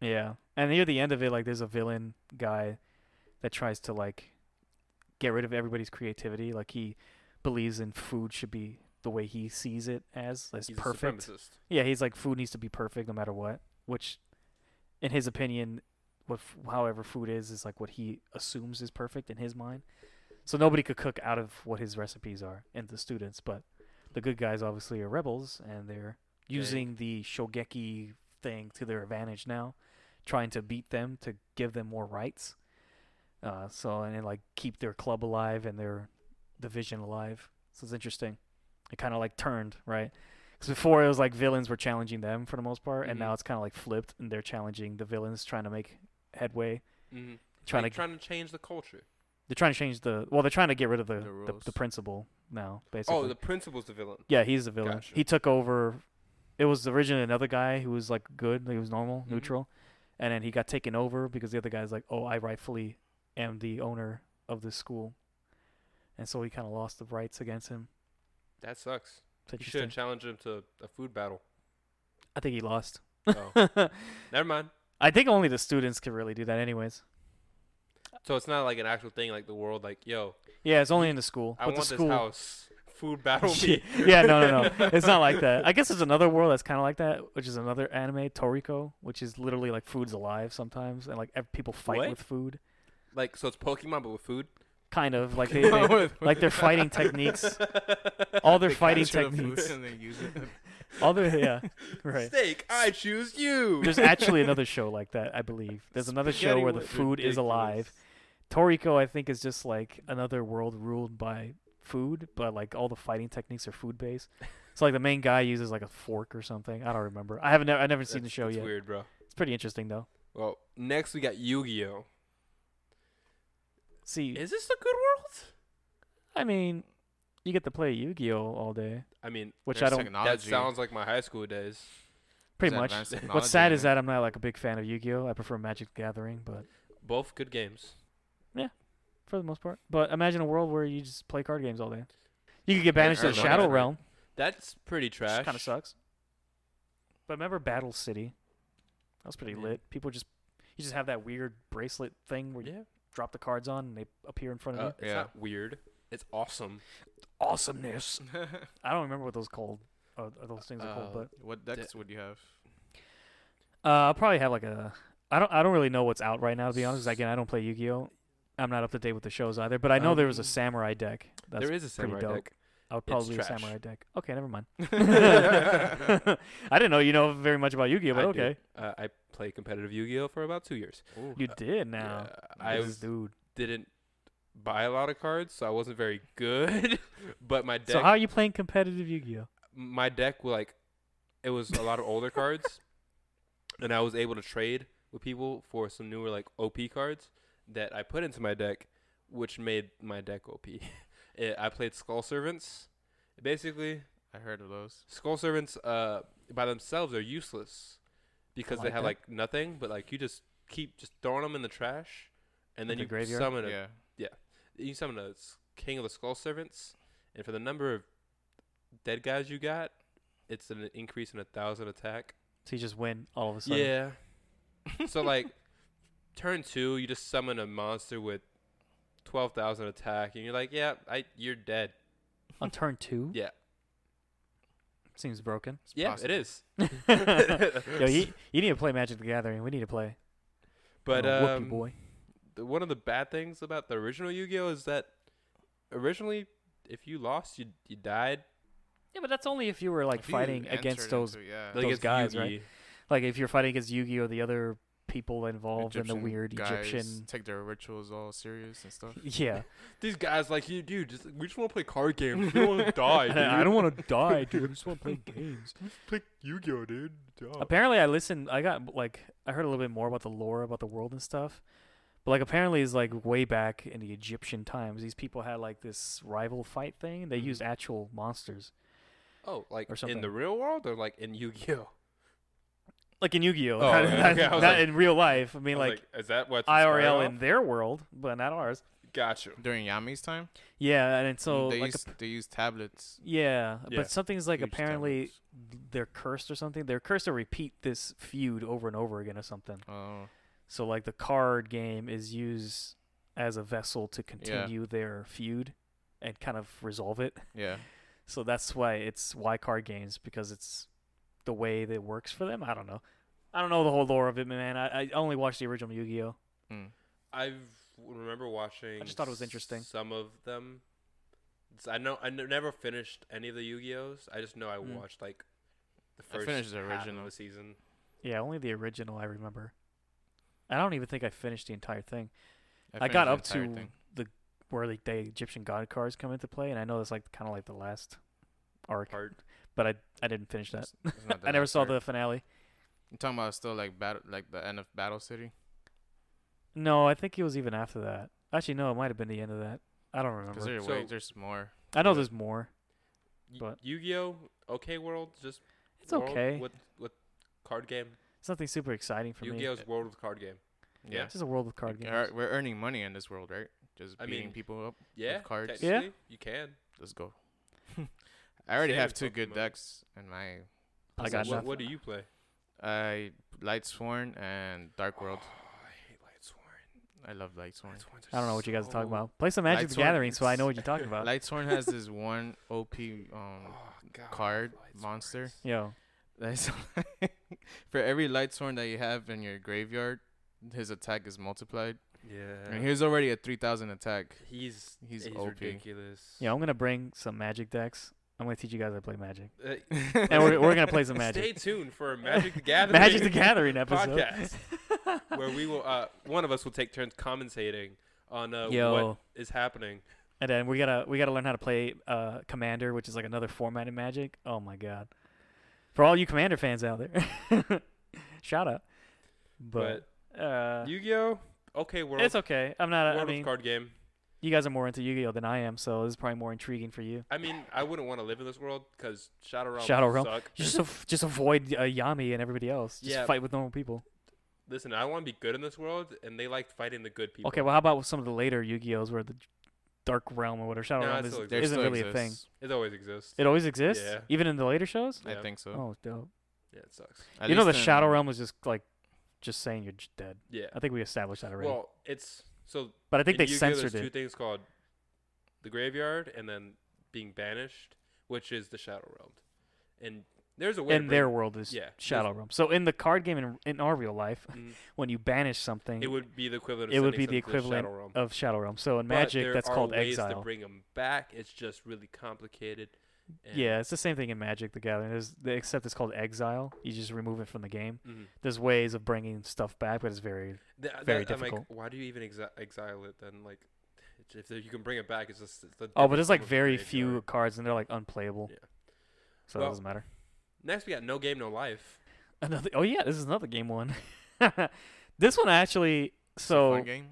Speaker 1: Yeah, and near the end of it, like there's a villain guy that tries to like get rid of everybody's creativity. Like he believes in food should be the way he sees it as as
Speaker 2: He's
Speaker 1: perfect.
Speaker 2: a supremacist.
Speaker 1: Yeah, he's like food needs to be perfect no matter what, which, in his opinion, what f- however food is is like what he assumes is perfect in his mind. So nobody could cook out of what his recipes are, and the students. But the good guys obviously are rebels, and they're
Speaker 2: Yeah.
Speaker 1: using the shogeki thing to their advantage now, trying to beat them to give them more rights. Uh, so and, and like keep their club alive and their division alive. So it's interesting. It kind of like turned right. Because before it was like villains were challenging them for the most part, and
Speaker 2: Mhm.
Speaker 1: now it's kind of like flipped, and they're challenging the villains, trying to make headway,
Speaker 2: hmm
Speaker 1: trying
Speaker 2: like
Speaker 1: to
Speaker 2: trying to change the culture.
Speaker 1: they're trying to change the well, they're trying to get rid of the
Speaker 3: The
Speaker 1: the, the,
Speaker 3: rules.
Speaker 1: principal now, basically.
Speaker 2: Oh, the principal's the villain.
Speaker 1: yeah, he's the villain.
Speaker 2: Gotcha.
Speaker 1: He took over. It was originally another guy who was like good, he was normal,
Speaker 2: Mhm.
Speaker 1: neutral, and then he got taken over because the other guy's like, oh, I rightfully am the owner of this school, and so he kind of lost the rights against him.
Speaker 2: That
Speaker 1: It's
Speaker 2: sucks. You should
Speaker 1: interesting.
Speaker 2: have challenged him to a food battle.
Speaker 1: I think he lost.
Speaker 2: Oh, never mind.
Speaker 1: I think only the students can really do that, anyways.
Speaker 2: So it's not like an actual thing, like the world, like yo,
Speaker 1: Yeah, it's only in the school.
Speaker 2: I
Speaker 1: but
Speaker 2: want
Speaker 1: the
Speaker 2: this
Speaker 1: school,
Speaker 2: house. Food battle me.
Speaker 1: yeah, no, no, no. It's not like that. I guess there's another world that's kind of like that, which is another anime, Toriko, which is literally like food's alive sometimes, and like ev- people fight
Speaker 2: What?
Speaker 1: with food,
Speaker 2: Like so, it's Pokemon but with food.
Speaker 1: kind of like they, they like their fighting techniques, all their
Speaker 3: They
Speaker 1: fighting
Speaker 3: capture the food
Speaker 1: techniques,
Speaker 3: and they use it.
Speaker 1: all their yeah, right.
Speaker 2: Steak, I choose you.
Speaker 1: There's actually another show like that, I believe. There's another show
Speaker 2: Spaghetti
Speaker 1: where the
Speaker 2: with-
Speaker 1: food is alive. Toriko, I think, is just like another world ruled by food, but like all the fighting techniques are food based. So like the main guy uses like a fork or something. I don't remember. I haven't. I have never seen the
Speaker 2: That's-
Speaker 1: show
Speaker 2: that's
Speaker 1: yet.
Speaker 2: weird, bro.
Speaker 1: It's pretty interesting though.
Speaker 2: Well, next we got Yu-Gi-Oh.
Speaker 1: See,
Speaker 2: Is this a good world?
Speaker 1: I mean, you get to play Yu-Gi-Oh all day,
Speaker 2: I mean,
Speaker 1: which
Speaker 3: There's
Speaker 1: I don't.
Speaker 2: that
Speaker 3: technology.
Speaker 2: sounds like my high school days.
Speaker 1: Pretty
Speaker 3: There's
Speaker 1: much.
Speaker 3: advanced
Speaker 1: What's
Speaker 3: technology
Speaker 1: sad is
Speaker 3: there.
Speaker 1: that I'm not like a big fan of Yu-Gi-Oh. I prefer Magic the Gathering, but
Speaker 2: Both good games.
Speaker 1: for the most part. But imagine a world where you just play card games all day. You could get banished to the
Speaker 2: earn
Speaker 1: Shadow
Speaker 2: money.
Speaker 1: Realm,
Speaker 2: That's pretty
Speaker 1: which
Speaker 2: trash.
Speaker 1: kind of sucks. But remember Battle City? That was pretty
Speaker 2: Yeah.
Speaker 1: lit. People just you just have that weird bracelet thing where you
Speaker 2: Yeah.
Speaker 1: drop the cards on and they appear in front of
Speaker 2: Uh,
Speaker 1: you.
Speaker 2: It's
Speaker 3: Yeah.
Speaker 2: not weird. It's awesome. Uh,
Speaker 1: Awesomeness. I don't remember what those called. Uh, those things are called,
Speaker 2: Uh,
Speaker 1: but
Speaker 3: what decks would you have?
Speaker 1: Uh, I'll probably have like a. I don't. I don't really know what's out right now. To be honest, again, I don't play Yu-Gi-Oh. I'm not up to date with the shows either, but I know there was a
Speaker 2: Um,
Speaker 1: samurai deck. That's
Speaker 2: there is a
Speaker 1: pretty
Speaker 2: samurai
Speaker 1: dope.
Speaker 2: deck.
Speaker 1: I would probably do a
Speaker 2: trash.
Speaker 1: samurai deck. Okay, never mind. I didn't know you know very much about Yu-Gi-Oh, but
Speaker 2: I do.
Speaker 1: okay,
Speaker 2: Uh, I played competitive Yu-Gi-Oh for about two years.
Speaker 1: you did now.
Speaker 2: Uh, I
Speaker 1: This
Speaker 2: was,
Speaker 1: dude.
Speaker 2: didn't buy a lot of cards, so I wasn't very good. but my deck,
Speaker 1: So how are you playing competitive Yu-Gi-Oh?
Speaker 2: my deck, was like, it was a lot of older cards, and I was able to trade with people for some newer like OP cards that I put into my deck, which made my deck OP. Eh, I played Skull Servants. Basically,
Speaker 3: I heard of those.
Speaker 2: Skull Servants uh, by themselves are useless because they
Speaker 1: like
Speaker 2: have
Speaker 1: that.
Speaker 2: like nothing, but like you just keep just throwing them in the trash, and then
Speaker 1: The
Speaker 2: you
Speaker 1: graveyard?
Speaker 2: summon a
Speaker 3: Yeah.
Speaker 2: you summon a s- King of the Skull Servants, and for the number of dead guys you got, it's an increase in a thousand attack.
Speaker 1: So you just win all of a sudden.
Speaker 2: Yeah. so like, turn two, you just summon a monster with twelve thousand attack, and you're like, yeah, I you're dead.
Speaker 1: On turn two.
Speaker 2: Yeah.
Speaker 1: Seems broken.
Speaker 3: It's
Speaker 2: yeah,
Speaker 3: possible.
Speaker 2: it is.
Speaker 1: Yo, you, you need to play Magic the Gathering. We need to play. I'm
Speaker 2: But
Speaker 1: gonna whoop
Speaker 2: um,
Speaker 1: you, boy.
Speaker 2: the- one of the bad things about the original Yu-Gi-Oh is that originally, if you lost, you you died.
Speaker 1: Yeah, but that's only if you were like
Speaker 3: If you
Speaker 1: fighting
Speaker 3: entered
Speaker 1: against those
Speaker 3: into- yeah.
Speaker 1: Those
Speaker 2: it's
Speaker 1: guys,
Speaker 2: Yu-Gi.
Speaker 1: right? like if you're fighting against Yu-Gi or the other people involved in
Speaker 3: Egyptian
Speaker 1: the weird
Speaker 3: guys
Speaker 1: Egyptian.
Speaker 3: take their rituals all serious and stuff.
Speaker 1: Yeah,
Speaker 2: These guys like you, dude. Just we just want to play card games. We don't want to die. Dude.
Speaker 1: I don't want to die, dude. I just want to play games.
Speaker 2: play Yu-Gi-Oh, dude.
Speaker 1: Apparently, I listened. I got like I heard a little bit more about the lore about the world and stuff. But like apparently, it's like way back in the Egyptian times. These people had like this rival fight thing.
Speaker 2: Mm-hmm.
Speaker 1: They used actual monsters,
Speaker 2: Oh, like
Speaker 1: Or
Speaker 2: in
Speaker 1: something.
Speaker 2: the real world or like in Yu-Gi-Oh?
Speaker 1: like in Yu-Gi-Oh,
Speaker 2: Oh,
Speaker 1: not,
Speaker 2: okay.
Speaker 1: not-
Speaker 2: Okay, I was
Speaker 1: not
Speaker 2: like-
Speaker 1: in real life. I
Speaker 2: I
Speaker 1: mean,
Speaker 2: was
Speaker 1: like,
Speaker 2: is that what
Speaker 1: IRL in their world, but not ours.
Speaker 2: Gotcha.
Speaker 3: During Yami's time, Mm,
Speaker 1: Yeah, and, and so
Speaker 3: they
Speaker 1: like
Speaker 3: used they used tablets.
Speaker 1: Yeah,
Speaker 2: Mm, Yeah.
Speaker 1: but something's like
Speaker 3: Huge
Speaker 1: apparently they're cursed or something. They're cursed to repeat this feud over and over again or something.
Speaker 3: Oh,
Speaker 1: So like the card game is used as a vessel to continue their feud and kind of resolve it.
Speaker 3: yeah.
Speaker 1: So that's why it's why card games because it's the way that works for them. I don't know. I don't know the whole lore of it, man. I, I only watched the original Yu-Gi-Oh.
Speaker 3: Mm.
Speaker 2: I remember watching.
Speaker 1: just thought it was interesting.
Speaker 2: Some of them. S- I know I n- never finished any of the Yu-Gi-Ohs. I just know I
Speaker 1: Mm.
Speaker 2: watched like the
Speaker 3: I
Speaker 2: first
Speaker 3: finished the
Speaker 2: half of
Speaker 3: original.
Speaker 2: the season.
Speaker 1: Yeah, only the original I remember. I don't even think I finished the entire thing. I,
Speaker 3: finished
Speaker 1: got
Speaker 3: the
Speaker 1: up to
Speaker 3: entire thing.
Speaker 1: the where like the Egyptian god cards come into play, and I know that's like kind of like the last arc,
Speaker 2: Part.
Speaker 1: but I I didn't finish that.
Speaker 3: It's- it's not the
Speaker 1: I never
Speaker 3: last
Speaker 1: saw
Speaker 3: part.
Speaker 1: the finale.
Speaker 3: You're talking about still like battle, like the end of Battle City.
Speaker 1: No, I think it was even after that. Actually, no, it might have been the end of that. I don't
Speaker 3: Because
Speaker 1: remember.
Speaker 3: there,
Speaker 2: So-
Speaker 3: wait, there's more.
Speaker 1: I know
Speaker 2: yeah.
Speaker 1: there's more.
Speaker 2: Y-
Speaker 1: But-
Speaker 2: Yu-Gi-Oh, okay, world, just
Speaker 1: It's
Speaker 2: world
Speaker 1: okay.
Speaker 2: with with card game.
Speaker 1: It's nothing super exciting for me.
Speaker 2: Yu-Gi-Oh's world with card game. Yeah.
Speaker 1: It's just a world of card
Speaker 3: Like,
Speaker 1: games.
Speaker 3: er- We're earning money in this world, right? Just
Speaker 2: I
Speaker 3: beating
Speaker 2: mean,
Speaker 3: people up.
Speaker 2: Yeah,
Speaker 3: cards.
Speaker 2: cards.
Speaker 3: Yeah.
Speaker 2: Yeah, you can.
Speaker 3: Let's go. I already
Speaker 2: Same
Speaker 3: have
Speaker 2: with
Speaker 3: two good
Speaker 2: Pokemon.
Speaker 3: decks in my.
Speaker 1: I got
Speaker 3: possession.
Speaker 2: What,
Speaker 1: nothing.
Speaker 2: what do you play?
Speaker 3: I Lightsworn and Dark World.
Speaker 2: Oh, I hate Lightsworn.
Speaker 3: I love Lightsworn.
Speaker 1: I don't know what you guys are talking about. Play some
Speaker 3: Lights
Speaker 1: Magic the
Speaker 3: Were-
Speaker 1: Gathering, so I know what you're talking about.
Speaker 3: Lightsworn has this one OP
Speaker 2: Oh,
Speaker 3: um card monster.
Speaker 1: Yo,
Speaker 3: That's for every Lightsworn that you have in your graveyard, his attack is multiplied.
Speaker 2: Yeah.
Speaker 3: And he's already at three thousand attack.
Speaker 2: he's
Speaker 3: He's
Speaker 2: he's,
Speaker 3: OP.
Speaker 2: ridiculous.
Speaker 1: yeah, I'm gonna bring some Magic decks. I'm gonna teach you guys how to play Magic,
Speaker 2: Uh,
Speaker 1: and we're we're gonna play some
Speaker 2: stay
Speaker 1: Magic.
Speaker 2: tuned for Magic the Gathering.
Speaker 1: Magic the Gathering episode.
Speaker 2: podcast, where we will uh, one of us will take turns commentating on uh, what
Speaker 1: Yo.
Speaker 2: is happening.
Speaker 1: And then we gotta we gotta learn how to play uh, Commander, which is like another format in Magic. Oh my god! For all you Commander fans out there, shout out. But,
Speaker 2: But,
Speaker 1: uh,
Speaker 2: Yu-Gi-Oh, okay, world,
Speaker 1: it's okay. I'm not.
Speaker 2: world
Speaker 1: I
Speaker 2: of
Speaker 1: mean,
Speaker 2: card game.
Speaker 1: you guys are more into Yu-Gi-Oh than I am, so this is probably more intriguing for you.
Speaker 2: I mean, I wouldn't want to live in this world because Shadow Realm
Speaker 1: Shadow Realm.
Speaker 2: suck.
Speaker 1: Just av- just avoid uh, Yami and everybody else. Just
Speaker 2: Yeah.
Speaker 1: fight with normal people.
Speaker 2: Listen, I want to be good in this world, and they like fighting the good people.
Speaker 1: Okay, well, how about with some of the later Yu-Gi-Ohs where the Dark Realm or whatever Shadow
Speaker 2: No,
Speaker 1: Realm
Speaker 2: it
Speaker 1: is,
Speaker 2: still
Speaker 1: isn't
Speaker 2: There exists.
Speaker 1: really a thing.
Speaker 3: exists.
Speaker 2: it always exists.
Speaker 1: It always exists,
Speaker 2: Yeah.
Speaker 1: even in the later shows.
Speaker 2: Yeah.
Speaker 3: I think so.
Speaker 1: Oh, dope.
Speaker 2: Yeah, it sucks.
Speaker 3: At
Speaker 1: you know, the
Speaker 3: least in-
Speaker 1: Shadow Realm was just like just saying you're j- dead.
Speaker 2: Yeah.
Speaker 1: I think we established that already.
Speaker 2: Well, it's so
Speaker 1: but I think
Speaker 2: in
Speaker 1: they
Speaker 2: Yu-Gi-Oh,
Speaker 1: censored
Speaker 2: there's two
Speaker 1: it.
Speaker 2: things called the graveyard and then being banished, which is the Shadow Realm. And There's a way. to
Speaker 1: in
Speaker 2: bring-
Speaker 1: their world is
Speaker 2: yeah,
Speaker 1: Shadow Realm. So in the card game in, in our real life,
Speaker 2: Mhm.
Speaker 1: when you banish something
Speaker 2: it would be the equivalent. Of
Speaker 1: it would
Speaker 2: sending
Speaker 1: be the
Speaker 2: something to
Speaker 1: equivalent
Speaker 2: Shadow Realm.
Speaker 1: of Shadow Realm. So in
Speaker 2: But
Speaker 1: Magic,
Speaker 2: there
Speaker 1: that's
Speaker 2: are
Speaker 1: called
Speaker 2: ways
Speaker 1: exile.
Speaker 2: to bring them back. It's just really complicated. and-
Speaker 1: yeah, it's the same thing in Magic: The Gathering. There's, except it's called exile. You just remove it from the game.
Speaker 2: Mhm.
Speaker 1: There's ways of bringing stuff back, but it's very
Speaker 2: Th- that-
Speaker 1: Very
Speaker 2: I'm
Speaker 1: difficult.
Speaker 2: like, why do you even exi- exile it then? Like, it's- if you can bring it back, it's just. It's a
Speaker 1: oh,
Speaker 2: different
Speaker 1: but there's
Speaker 2: form
Speaker 1: like
Speaker 2: of
Speaker 1: very
Speaker 2: graveyard.
Speaker 1: few cards, and they're like unplayable.
Speaker 2: Yeah.
Speaker 1: So it
Speaker 2: Well-
Speaker 1: doesn't matter.
Speaker 2: Next, we got no game, no life.
Speaker 1: Another. Oh yeah, this is another game one. this one actually.
Speaker 3: It's a fun
Speaker 1: So
Speaker 3: game.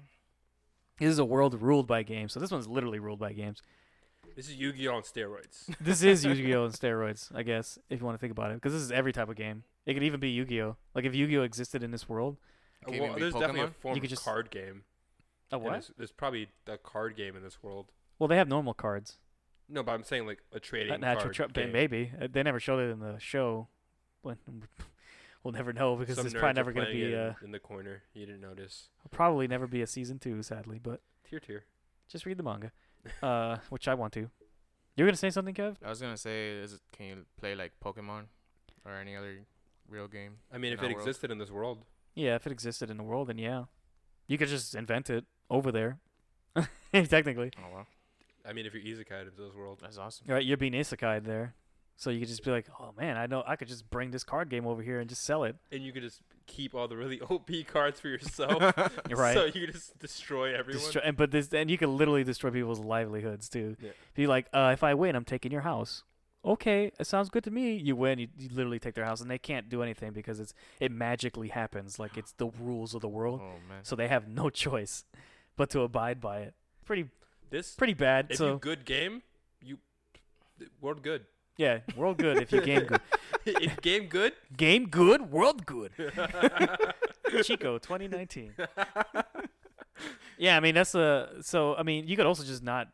Speaker 1: this is a world ruled by games. So this one's literally ruled by games.
Speaker 2: This is Yu-Gi-Oh on steroids.
Speaker 1: This is Yu-Gi-Oh on steroids, I guess, if you want to think about it, because this is every type of game. It could even be Yu-Gi-Oh. Like if Yu-Gi-Oh existed in this world,
Speaker 2: Uh,
Speaker 3: Can
Speaker 2: well,
Speaker 3: it be
Speaker 2: there's definitely a
Speaker 3: Pokemon?
Speaker 2: form
Speaker 1: You could
Speaker 2: of
Speaker 1: just-
Speaker 2: card game.
Speaker 1: a
Speaker 2: in this- There's probably a card game in this world.
Speaker 1: Well, they have normal cards.
Speaker 2: No, but I'm saying like a trading
Speaker 1: Not natural
Speaker 2: card
Speaker 1: tr-
Speaker 2: game.
Speaker 1: maybe Uh, they never showed it in the show. But we'll never know because
Speaker 2: Some
Speaker 1: it's
Speaker 2: nerds are
Speaker 1: probably never going to
Speaker 2: playing
Speaker 1: be.
Speaker 2: it
Speaker 1: Uh,
Speaker 2: in the corner. You didn't notice.
Speaker 1: probably never be a season two, sadly. But
Speaker 2: Tier tier.
Speaker 1: just read the manga, uh, which I want to. You're going to say something, Kev?
Speaker 3: I was gonna say, is it, can you play like Pokemon or any other real game?
Speaker 2: I mean,
Speaker 3: in
Speaker 2: if
Speaker 3: our
Speaker 2: it
Speaker 3: world?
Speaker 2: existed in this world,
Speaker 1: Yeah, if it existed in the world, then yeah, you could just invent it over there. Technically,
Speaker 3: Oh wow,
Speaker 2: I mean, if you're Izakai in this world,
Speaker 3: that's awesome.
Speaker 1: right? You're being isekai there, so you could just be like, "Oh man, I know I could just bring this card game over here and just sell it."
Speaker 2: and you could just keep all the really OP cards for yourself,
Speaker 1: Right.
Speaker 2: So you could just destroy everyone.
Speaker 1: Destroy, and but this and you can literally destroy people's livelihoods too.
Speaker 2: Yeah.
Speaker 1: Be like, uh, if I win, I'm taking your house. Okay, it sounds good to me. You win, you, you literally take their house, and they can't do anything because it's it magically happens. Like it's the rules of the
Speaker 3: Oh
Speaker 1: world,
Speaker 3: man,
Speaker 1: so they have no choice but to abide by it. Pretty
Speaker 2: this
Speaker 1: pretty bad.
Speaker 2: if you
Speaker 1: so
Speaker 2: good game, you world good.
Speaker 1: yeah, world good if you game good.
Speaker 2: if game good,
Speaker 1: Game good, world good. Chico 2019. yeah, I mean that's a so I mean you could also just not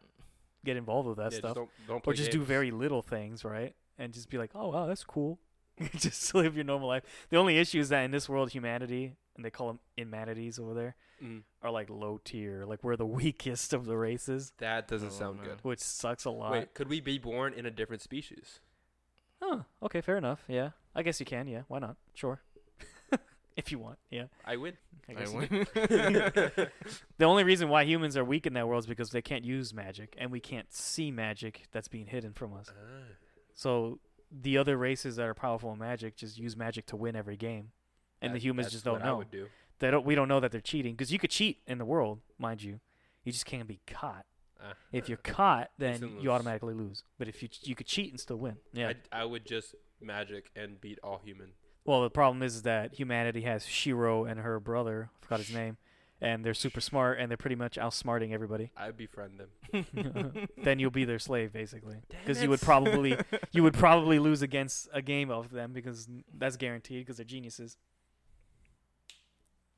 Speaker 1: get involved with that
Speaker 2: yeah,
Speaker 1: stuff.
Speaker 2: Just don't, don't play
Speaker 1: or just do
Speaker 2: games.
Speaker 1: very little things, right? And just be like, oh wow, that's cool. just live your normal life. The only issue is that in this world, humanity and they call them inmanities over there
Speaker 2: Mm,
Speaker 1: are like low tier. Like we're the weakest of the races,
Speaker 2: that doesn't
Speaker 3: Oh,
Speaker 2: sound
Speaker 3: man.
Speaker 2: good.
Speaker 1: which sucks a lot.
Speaker 2: Wait, could we be born in a different species?
Speaker 1: Huh. Okay, fair enough. Yeah, I guess you can. Yeah, why not? Sure, if you want. Yeah,
Speaker 2: I win.
Speaker 1: I
Speaker 3: I
Speaker 2: Ah,
Speaker 1: guess. you
Speaker 3: win.
Speaker 1: can. the only reason why humans are weak in that world is because they can't use magic, and we can't see magic that's being hidden from us.
Speaker 2: Ah.
Speaker 1: So the other races that are powerful in magic just use magic to win every game, and the
Speaker 2: That-
Speaker 1: humans
Speaker 2: that's
Speaker 1: just don't
Speaker 2: what I
Speaker 1: know.
Speaker 2: would do.
Speaker 1: They don't. We don't know that they're cheating because you could cheat in the world, mind you. You just can't be caught.
Speaker 2: Ah.
Speaker 1: If you're caught, then
Speaker 2: still lose.
Speaker 1: you automatically lose. But if you ch- you could cheat and still win. Yeah.
Speaker 2: I'd- I, would just magic and beat all human.
Speaker 1: well, the problem is that humanity has Shiro and her brother. I forgot his name. And they're super smart, and they're pretty much outsmarting everybody.
Speaker 2: I befriend them.
Speaker 1: then you'll be their slave, basically,
Speaker 2: Damn
Speaker 1: because you
Speaker 2: it.
Speaker 1: would probably you would probably lose against a game of them because that's guaranteed because they're geniuses.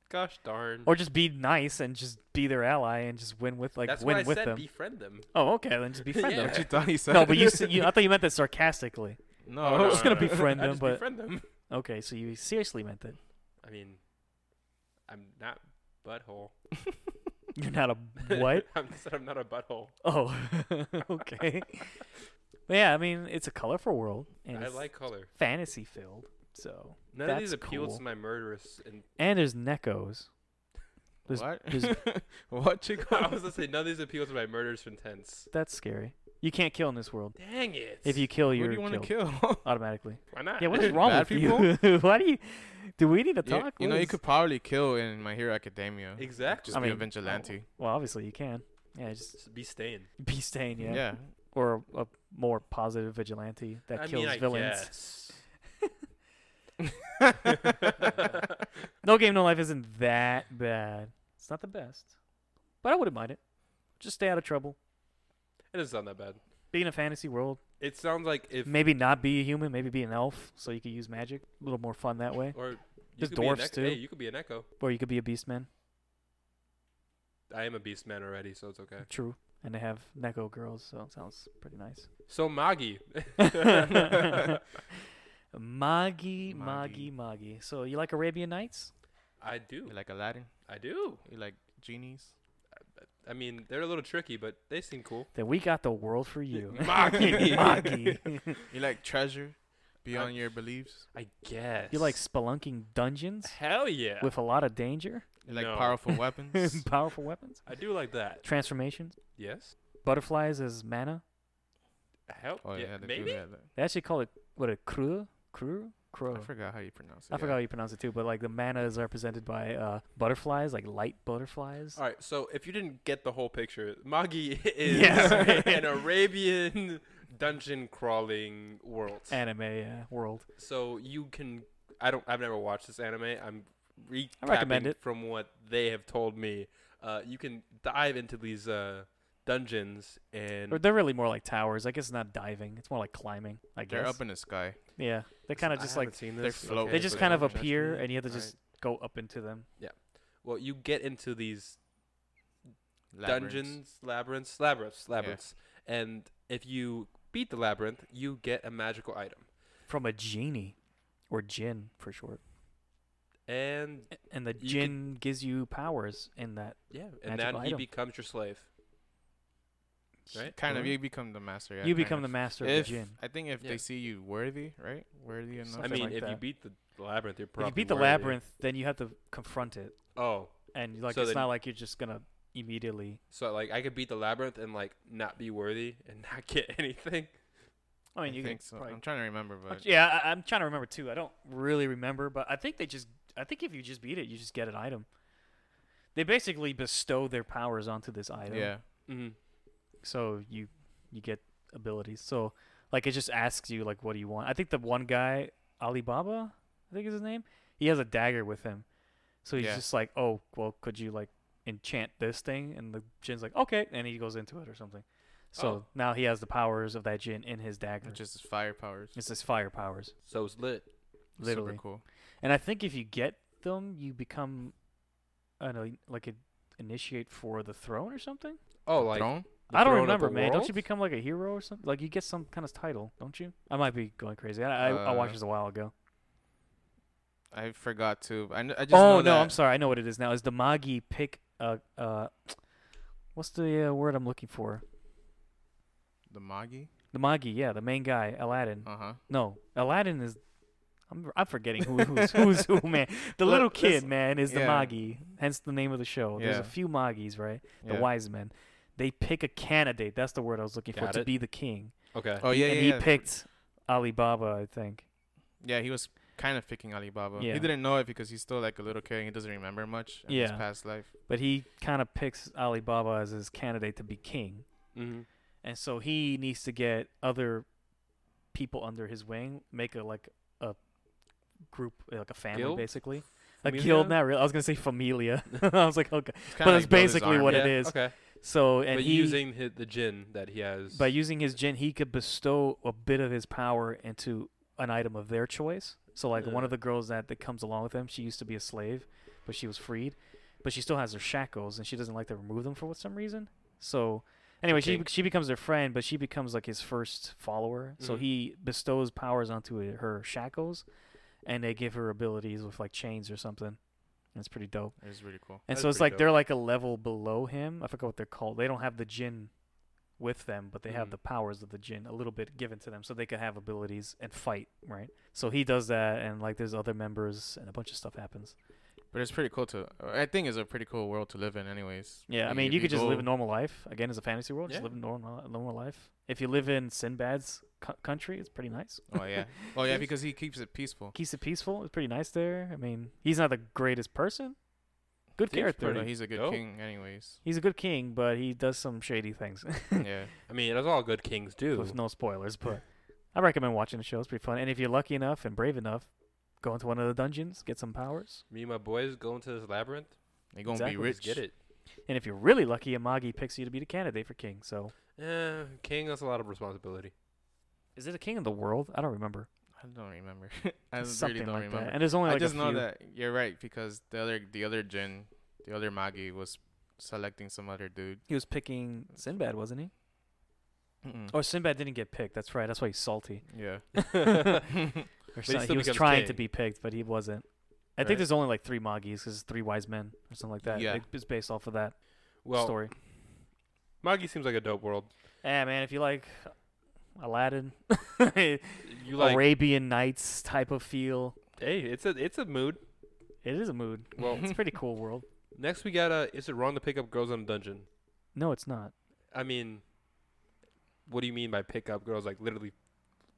Speaker 2: Gosh
Speaker 3: Mm-hmm.
Speaker 2: darn.
Speaker 1: or just be nice and just be their ally and just win with like
Speaker 2: That's
Speaker 1: win
Speaker 2: what I
Speaker 1: with
Speaker 2: said.
Speaker 1: them.
Speaker 2: Befriend them.
Speaker 1: oh, okay, then just befriend
Speaker 2: Yeah.
Speaker 1: them.
Speaker 3: what you thought he said?
Speaker 1: No, but you, s- you uh, I thought you meant that sarcastically.
Speaker 3: no,
Speaker 1: I
Speaker 2: no,
Speaker 1: was just
Speaker 2: no,
Speaker 1: gonna
Speaker 2: no.
Speaker 1: befriend
Speaker 2: I
Speaker 1: them,
Speaker 2: just
Speaker 1: but
Speaker 2: befriend them.
Speaker 1: okay, so you seriously meant that
Speaker 2: I mean, I'm not butthole.
Speaker 1: you're not a what?
Speaker 2: I'm just, I'm not a butthole.
Speaker 1: oh, okay. But yeah, I mean it's a colorful world and
Speaker 2: I
Speaker 1: it's
Speaker 2: like color.
Speaker 1: fantasy filled. So
Speaker 2: None of these
Speaker 1: that's
Speaker 2: appeals
Speaker 1: cool.
Speaker 2: to my murderous. And
Speaker 1: and there's Nekos. there's-
Speaker 3: what?
Speaker 1: there's-
Speaker 3: what
Speaker 2: I
Speaker 3: Chico?
Speaker 2: was gonna say none of these appeals to my murderous intents.
Speaker 1: That's scary. You can't kill in this world.
Speaker 2: Dang it!
Speaker 1: If you kill,
Speaker 3: Who
Speaker 1: you're
Speaker 3: do you want to
Speaker 1: killed
Speaker 3: kill?
Speaker 1: automatically.
Speaker 2: why not?
Speaker 1: Yeah, what is
Speaker 3: Bad
Speaker 1: wrong with you? Why do you? Do we need to
Speaker 3: You-
Speaker 1: talk?
Speaker 3: you know,
Speaker 1: What
Speaker 3: you
Speaker 1: is-
Speaker 3: could probably kill in My Hero Academia.
Speaker 2: exactly.
Speaker 3: Just
Speaker 1: I
Speaker 3: be a
Speaker 1: mean,
Speaker 3: vigilante.
Speaker 1: Well, obviously you can. Yeah, just
Speaker 2: Just be staying.
Speaker 1: be staying, yeah.
Speaker 3: Yeah.
Speaker 1: Or a, a more positive vigilante that
Speaker 2: I
Speaker 1: kills
Speaker 2: mean, I
Speaker 1: villains.
Speaker 2: guess.
Speaker 1: No Game No Life isn't that bad. It's not the best, but I wouldn't mind it. Just stay out of trouble.
Speaker 2: It doesn't sound that bad.
Speaker 1: Be in a fantasy world.
Speaker 2: It sounds like if
Speaker 1: Maybe not be a human. Maybe be an elf, so you could use magic. A little more fun that way.
Speaker 2: or you
Speaker 1: There's
Speaker 2: could be an
Speaker 1: dwarfs,
Speaker 2: echo- Hey,
Speaker 1: too.
Speaker 2: you could be an echo.
Speaker 1: Or you could be a beastman.
Speaker 2: I am a beast man already, so it's okay.
Speaker 1: True. And they have Neko girls, so it sounds pretty nice.
Speaker 2: So Magi.
Speaker 1: Magi, Magi,
Speaker 3: Magi.
Speaker 1: Magi. So you like Arabian Nights?
Speaker 2: I do.
Speaker 3: You like Aladdin?
Speaker 2: I do.
Speaker 3: You like genies?
Speaker 2: I mean, they're a little tricky, but they seem cool.
Speaker 1: Then we got the world for you.
Speaker 2: Magi.
Speaker 1: Magi.
Speaker 3: You like treasure? beyond your beliefs,
Speaker 2: I guess.
Speaker 1: You like spelunking dungeons
Speaker 2: Hell yeah.
Speaker 1: with a lot of danger
Speaker 3: you like
Speaker 2: No.
Speaker 3: powerful
Speaker 1: and
Speaker 3: weapons.
Speaker 1: powerful weapons,
Speaker 2: I do like that.
Speaker 1: transformations,
Speaker 2: Yes.
Speaker 1: butterflies as mana.
Speaker 2: Hell
Speaker 3: Oh
Speaker 2: yeah.
Speaker 3: yeah, they do
Speaker 2: Maybe.
Speaker 3: that.
Speaker 1: They actually call it what a crew, crew, crow.
Speaker 3: I forgot how you pronounce it.
Speaker 1: I
Speaker 3: yeah.
Speaker 1: forgot how you pronounce it too, but like the mana is represented by uh, butterflies, like light butterflies.
Speaker 3: Oh,
Speaker 2: All right. So if you didn't get the whole picture, Magi is
Speaker 1: Yeah.
Speaker 2: an Arabian dungeon crawling world.
Speaker 1: Anime uh, world.
Speaker 2: so you can. I don't. I've never watched this anime. I'm recapping
Speaker 1: recommend it.
Speaker 2: from what they have told me. Uh, you can dive into these uh, dungeons and
Speaker 3: Mm.
Speaker 1: Or they're really more like towers. I guess it's not diving. It's more like climbing. I guess.
Speaker 3: They're up in the sky.
Speaker 1: yeah, they kind of just like
Speaker 3: they're floating.
Speaker 1: they
Speaker 3: Okay,
Speaker 1: just
Speaker 3: but
Speaker 1: kind of
Speaker 3: don't judge
Speaker 1: appear,
Speaker 3: me.
Speaker 1: and you have to
Speaker 3: All
Speaker 1: just go up into them.
Speaker 2: Well, you get into these
Speaker 3: Labyrinths.
Speaker 2: dungeons, labyrinths, labyrinths, labyrinths, and if you beat the labyrinth, you get a magical item.
Speaker 1: from a genie or jinn for short
Speaker 2: And
Speaker 1: and the
Speaker 2: You could-
Speaker 1: jinn gives you powers in that
Speaker 2: yeah, and
Speaker 1: Magical
Speaker 2: then he
Speaker 1: item.
Speaker 2: becomes your slave. Right?
Speaker 3: Kind of,
Speaker 1: Mhm.
Speaker 3: you become the master. Yeah,
Speaker 1: you
Speaker 3: kind
Speaker 1: become
Speaker 3: of.
Speaker 1: the master of
Speaker 3: Mm-hmm. If
Speaker 1: the jinn
Speaker 3: I think if
Speaker 2: Yeah.
Speaker 3: they see you worthy, right, worthy enough.
Speaker 1: Something
Speaker 2: I mean,
Speaker 1: like
Speaker 2: if you
Speaker 1: that.
Speaker 2: beat the labyrinth, you're
Speaker 1: if
Speaker 2: probably
Speaker 1: you beat the
Speaker 2: worthy.
Speaker 1: labyrinth then you have to confront it
Speaker 2: Oh,
Speaker 1: and like
Speaker 2: So
Speaker 1: it's
Speaker 2: then-
Speaker 1: not like you're just gonna immediately
Speaker 2: so like I could beat the labyrinth and like not be worthy and not get anything.
Speaker 1: i mean you can
Speaker 3: think so.
Speaker 1: probably-
Speaker 3: I'm trying to remember, but
Speaker 1: yeah I, i'm trying to remember too i don't really remember but i think they just i think if you just beat it you just get an item they basically bestow their powers onto this item
Speaker 3: yeah,
Speaker 2: Mm-hmm.
Speaker 1: so you you get abilities. So like it just asks you like what do you want? I think the one guy Alibaba, I think is his name. He has a dagger with him, so he's
Speaker 3: Yeah.
Speaker 1: just like, oh well, could you like enchant this thing? And the jinn's like, okay, and he goes into it or something. So
Speaker 2: Oh.
Speaker 1: now he has the powers of that jinn in his dagger.
Speaker 3: it's just fire powers.
Speaker 1: It's his fire powers,
Speaker 2: So it's lit.
Speaker 1: literally.
Speaker 3: super cool.
Speaker 1: And I think if you get them, you become, I don't know, like a initiate for the throne or something.
Speaker 2: Oh, like
Speaker 3: Throne?
Speaker 2: the
Speaker 1: I don't
Speaker 2: throne of
Speaker 1: remember,
Speaker 2: the
Speaker 1: man. Don't you
Speaker 2: world?
Speaker 1: become like a hero or something? Like you get some kind of title, don't you? I might be going crazy. I I, I watched
Speaker 3: Uh,
Speaker 1: this a while ago.
Speaker 3: I forgot to. I, kn- I just.
Speaker 1: Oh
Speaker 3: know
Speaker 1: no,
Speaker 3: that-
Speaker 1: I'm sorry. I know what it is now. Is the Magi pick uh uh, what's the uh, word I'm looking for?
Speaker 3: The Magi.
Speaker 1: The Magi, yeah, the main guy, Aladdin.
Speaker 3: Uh huh.
Speaker 1: no, Aladdin is. I'm I'm forgetting who who's who's who, man. The
Speaker 3: Let-
Speaker 1: little
Speaker 3: let's-
Speaker 1: kid, man, is the
Speaker 3: yeah.
Speaker 1: Magi. Hence the name of the show. There's
Speaker 3: Yeah.
Speaker 1: a few Magis, right? The
Speaker 3: yeah.
Speaker 1: wise men. They pick a candidate. That's the word I was looking for
Speaker 2: Got
Speaker 1: to
Speaker 2: it.
Speaker 1: be the king.
Speaker 2: Okay.
Speaker 3: Oh yeah,
Speaker 1: and
Speaker 3: yeah.
Speaker 1: he
Speaker 3: yeah.
Speaker 1: picked Alibaba, I think.
Speaker 3: yeah, he was kind of picking Alibaba.
Speaker 1: Yeah.
Speaker 3: He didn't know it because he's still like a little kid. and He doesn't remember much in his
Speaker 1: Yeah.
Speaker 3: past life.
Speaker 1: But he kind of picks Alibaba as his candidate to be king.
Speaker 2: Mm-hmm.
Speaker 1: And so he needs to get other people under his wing, make a like a group, eh, like a family
Speaker 2: Guild?
Speaker 1: basically. A
Speaker 2: Familia?
Speaker 1: guild, not really. I was gonna say familia. I was like, okay.
Speaker 3: It's
Speaker 1: But
Speaker 3: kinda
Speaker 1: it's
Speaker 3: like build his
Speaker 1: basically
Speaker 3: army.
Speaker 1: what it is.
Speaker 2: Okay.
Speaker 1: So and
Speaker 2: but
Speaker 1: he
Speaker 2: using hi the gin that he has.
Speaker 1: by using his jinn, he could bestow a bit of his power into an item of their choice. So like one of the girls that, that comes along with him, she used to be a slave, but she was freed, but she still has her shackles and she doesn't like to remove them for some reason. So anyway, she
Speaker 2: Okay.
Speaker 1: she becomes their friend, but she becomes like his first follower. So
Speaker 2: Mhm.
Speaker 1: he bestows powers onto her- her shackles, and they give her abilities with like chains or something. And it's pretty dope.
Speaker 3: It's really cool.
Speaker 1: And
Speaker 2: That's
Speaker 1: so it's
Speaker 2: pretty
Speaker 1: like they're like a level below him. I forgot what they're called. They don't have the jinn with them, but they have
Speaker 2: Mhm.
Speaker 1: the powers of the jinn a little bit given to them so they could have abilities and fight, right? So he does that and like there's other members and a bunch of stuff happens.
Speaker 3: But it's pretty cool to. I think it's a pretty cool world to live in, anyways.
Speaker 1: Yeah, I
Speaker 3: Like,
Speaker 1: mean,
Speaker 3: if
Speaker 1: you could just live a
Speaker 3: go-
Speaker 1: normal life. Again, it's a fantasy world, just
Speaker 2: Yeah.
Speaker 1: live a normal normal life. If you live in Sinbad's co- country, it's pretty nice.
Speaker 3: Oh yeah. Oh yeah, because he keeps it peaceful.
Speaker 1: Keeps it peaceful. It's pretty nice there. I mean, he's not the greatest person. Good
Speaker 2: Seems
Speaker 1: character.
Speaker 3: But no,
Speaker 2: pretty-
Speaker 3: he's a good
Speaker 2: dope.
Speaker 3: king, anyways.
Speaker 1: He's a good king, but he does some shady things.
Speaker 3: yeah.
Speaker 2: I mean, that's all good kings do.
Speaker 1: with no spoilers, but I recommend watching the show. It's pretty fun. And if you're lucky enough and brave enough, go into one of the dungeons, get some powers.
Speaker 2: Me and my boys go into this labyrinth.
Speaker 3: They gonna
Speaker 1: Exactly.
Speaker 3: be
Speaker 2: Let's
Speaker 3: rich.
Speaker 2: get it.
Speaker 1: And if you're really lucky, Amagi picks you to be the candidate for king. So
Speaker 2: Eh, king has a lot of responsibility.
Speaker 1: is it a king in the world? I don't remember.
Speaker 3: I don't remember. I
Speaker 1: It's
Speaker 3: really
Speaker 1: Something
Speaker 3: don't
Speaker 1: like
Speaker 3: remember.
Speaker 1: that. And there's only like
Speaker 3: I just
Speaker 1: a
Speaker 3: know
Speaker 1: few.
Speaker 3: that you're right because the other the other Jin, the other Magi was selecting some other dude.
Speaker 1: He was picking Sinbad, wasn't he?
Speaker 3: Mm. Mm-mm.
Speaker 1: Or Sinbad didn't get picked. That's right. That's why he's salty.
Speaker 3: Yeah.
Speaker 1: Or so-
Speaker 2: he
Speaker 1: he
Speaker 2: still
Speaker 1: was
Speaker 2: becomes
Speaker 1: trying to
Speaker 2: king.
Speaker 1: be picked, but he wasn't. I
Speaker 2: Right.
Speaker 1: think there's only like three Magis because it's three wise men or something like that.
Speaker 3: Yeah.
Speaker 1: Like, It's based off of that
Speaker 2: Well,
Speaker 1: story.
Speaker 2: Magi seems like a dope world.
Speaker 1: Yeah, man. If you like Aladdin,
Speaker 2: You like?
Speaker 1: Arabian Nights type of feel.
Speaker 2: hey, it's a it's a mood.
Speaker 1: It is a mood.
Speaker 2: Well,
Speaker 1: It's a pretty cool world.
Speaker 2: next we got uh Is it wrong to pick up girls in a dungeon?
Speaker 1: No, it's not.
Speaker 2: I mean, what do you mean by pick up girls? Like literally.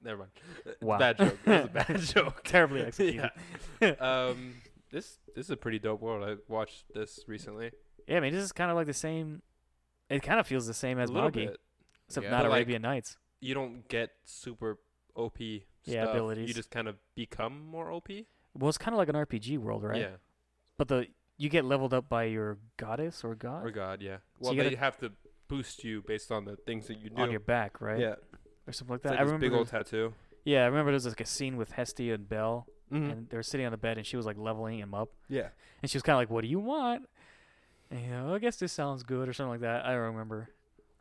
Speaker 2: Never mind. It's a
Speaker 1: Wow.
Speaker 2: Bad joke. It was a bad joke.
Speaker 1: Terribly executed.
Speaker 2: Um, this this is a pretty dope world. I watched this recently.
Speaker 1: Yeah, I mean, this is kind of like the same. It kind of feels the same as
Speaker 2: a little
Speaker 1: Magi,
Speaker 2: bit.
Speaker 1: except
Speaker 3: Yeah.
Speaker 1: not
Speaker 2: But, like,
Speaker 1: Arabian Nights.
Speaker 2: You don't get super OP.
Speaker 1: Yeah,
Speaker 2: stuff. You
Speaker 1: abilities.
Speaker 2: just kind of become more OP.
Speaker 1: Well, it's kind of like an RPG world, right?
Speaker 2: Yeah.
Speaker 1: But the you get leveled up by your goddess or god
Speaker 2: Or God. Yeah. Well,
Speaker 1: you gotta-
Speaker 2: they have to boost you based on the things that you do.
Speaker 1: on your back, right?
Speaker 2: Yeah.
Speaker 1: Or something like
Speaker 2: It's
Speaker 1: that.
Speaker 2: like
Speaker 1: I
Speaker 2: this
Speaker 1: remember.
Speaker 2: big
Speaker 1: there was-
Speaker 2: old tattoo.
Speaker 1: yeah, I remember there was like a scene with Hestia and Belle,
Speaker 2: Mhm.
Speaker 1: and they were sitting on the bed, and she was like leveling him up,
Speaker 2: Yeah.
Speaker 1: and she was kind of like, "What do you want?" And, you know, I guess this sounds good or something like that. I remember.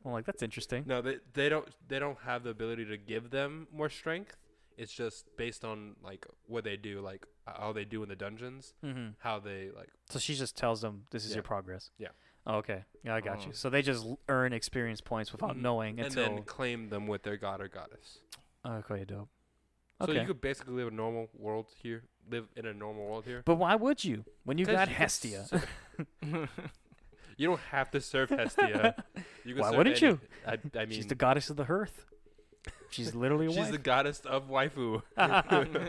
Speaker 1: I'm like, that's interesting.
Speaker 2: No, they they don't they don't have the ability to give them more strength. It's just based on like what they do, like how they do in the dungeons,
Speaker 1: Mm-hmm.
Speaker 2: how they like.
Speaker 1: So she just tells them, "This is
Speaker 2: Yeah.
Speaker 1: your progress."
Speaker 2: Yeah.
Speaker 1: Oh, okay. Yeah, I got
Speaker 3: Oh.
Speaker 1: you. So they just l- earn experience points without
Speaker 2: Mhm.
Speaker 1: knowing
Speaker 2: And
Speaker 1: until.
Speaker 2: then claim them with their god or goddess.
Speaker 1: Oh, okay, dope.
Speaker 2: So
Speaker 1: Okay.
Speaker 2: you could basically live a normal world here. Live in a normal world here.
Speaker 1: but why would you when you
Speaker 2: 'Cause
Speaker 1: got
Speaker 2: could
Speaker 1: Hestia?
Speaker 2: ser- you don't have to serve Hestia. You could
Speaker 1: Why
Speaker 2: serve
Speaker 1: wouldn't
Speaker 2: any-
Speaker 1: you?
Speaker 2: I, I mean,
Speaker 1: she's the goddess of the hearth. She's literally a
Speaker 2: she's
Speaker 1: wife.
Speaker 2: the goddess of waifu.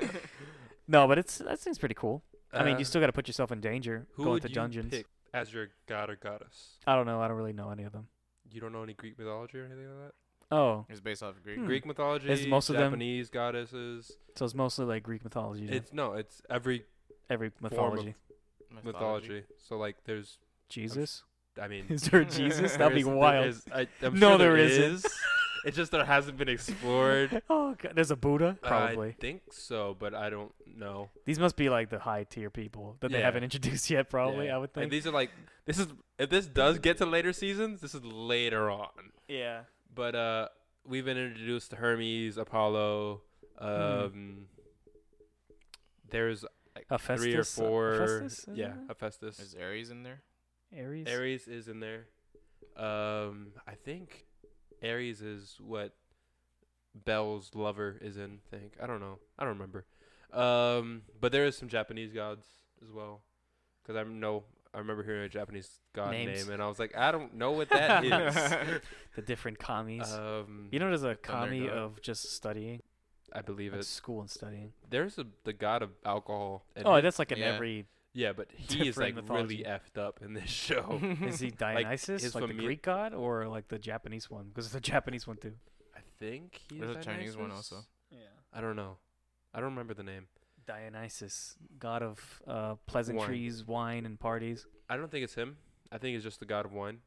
Speaker 1: no, but it's that seems pretty cool. I mean,
Speaker 2: Uh,
Speaker 1: you still got to put yourself in danger
Speaker 2: who
Speaker 1: going
Speaker 2: would
Speaker 1: to
Speaker 2: you
Speaker 1: dungeons.
Speaker 2: pick as your god or goddess?
Speaker 1: I don't know. I don't really know any of them.
Speaker 2: You don't know any Greek mythology or anything like that.
Speaker 1: Oh,
Speaker 3: It's based off of Greek.
Speaker 1: Hmm.
Speaker 2: Greek mythology,
Speaker 1: most of them-
Speaker 2: Japanese goddesses.
Speaker 1: so it's mostly like Greek mythology, then.
Speaker 2: It's no, it's every
Speaker 1: every
Speaker 2: of
Speaker 1: mythology.
Speaker 2: mythology. So like, there's,
Speaker 1: Jesus?
Speaker 2: I mean,
Speaker 1: Is there a Jesus?
Speaker 2: there
Speaker 1: That'd be
Speaker 2: is- there
Speaker 1: wild.
Speaker 2: is- I, am
Speaker 1: No,
Speaker 2: sure there
Speaker 1: there isn't.
Speaker 2: is. it's just that it hasn't been explored.
Speaker 1: oh, God. there's a Buddha, probably.
Speaker 2: I think so, but I don't know.
Speaker 1: These must be like the high tier people that they
Speaker 2: Yeah.
Speaker 1: haven't introduced yet. Probably,
Speaker 2: Yeah.
Speaker 1: I would
Speaker 2: And
Speaker 1: think.
Speaker 2: these are like, this is if this does get to later seasons, this is later on.
Speaker 1: yeah.
Speaker 2: But uh, we've been introduced to Hermes, Apollo.
Speaker 1: Hmm.
Speaker 2: Um, There's like
Speaker 1: Hephaestus. uh,
Speaker 2: three or four.
Speaker 1: Hephaestus,
Speaker 2: yeah,
Speaker 1: isn't it?
Speaker 2: Hephaestus.
Speaker 3: Is Aries in there?
Speaker 1: Aries.
Speaker 2: Aries is in there. Um, I think Aries is what Belle's lover is in. I think I don't know. I don't remember. Um, but there is some Japanese gods as well, because I know I remember hearing a Japanese god
Speaker 1: Names.
Speaker 2: name, and I was like, I don't know what that is.
Speaker 1: The different kamis.
Speaker 2: Um,
Speaker 1: you know, there's a
Speaker 3: the thunder
Speaker 1: kami
Speaker 3: god.
Speaker 1: of just studying,
Speaker 2: I believe
Speaker 1: at
Speaker 2: it.
Speaker 1: school and studying.
Speaker 2: There's a the god of alcohol. And
Speaker 1: oh,
Speaker 2: he-
Speaker 1: that's like in
Speaker 3: Yeah.
Speaker 1: every.
Speaker 2: yeah, but he is like
Speaker 1: different mythology.
Speaker 2: really effed up in this show.
Speaker 1: Is he Dionysus,
Speaker 2: his
Speaker 1: like, the
Speaker 2: fami-
Speaker 1: Greek god, or like the Japanese one? Because the Japanese one too.
Speaker 2: I think he's
Speaker 3: There's a Chinese one also.
Speaker 1: Yeah.
Speaker 2: I don't know. I don't remember the name.
Speaker 1: Dionysus, god of uh, pleasantries, wine, and parties.
Speaker 2: I don't think it's him. I think it's just the god of wine,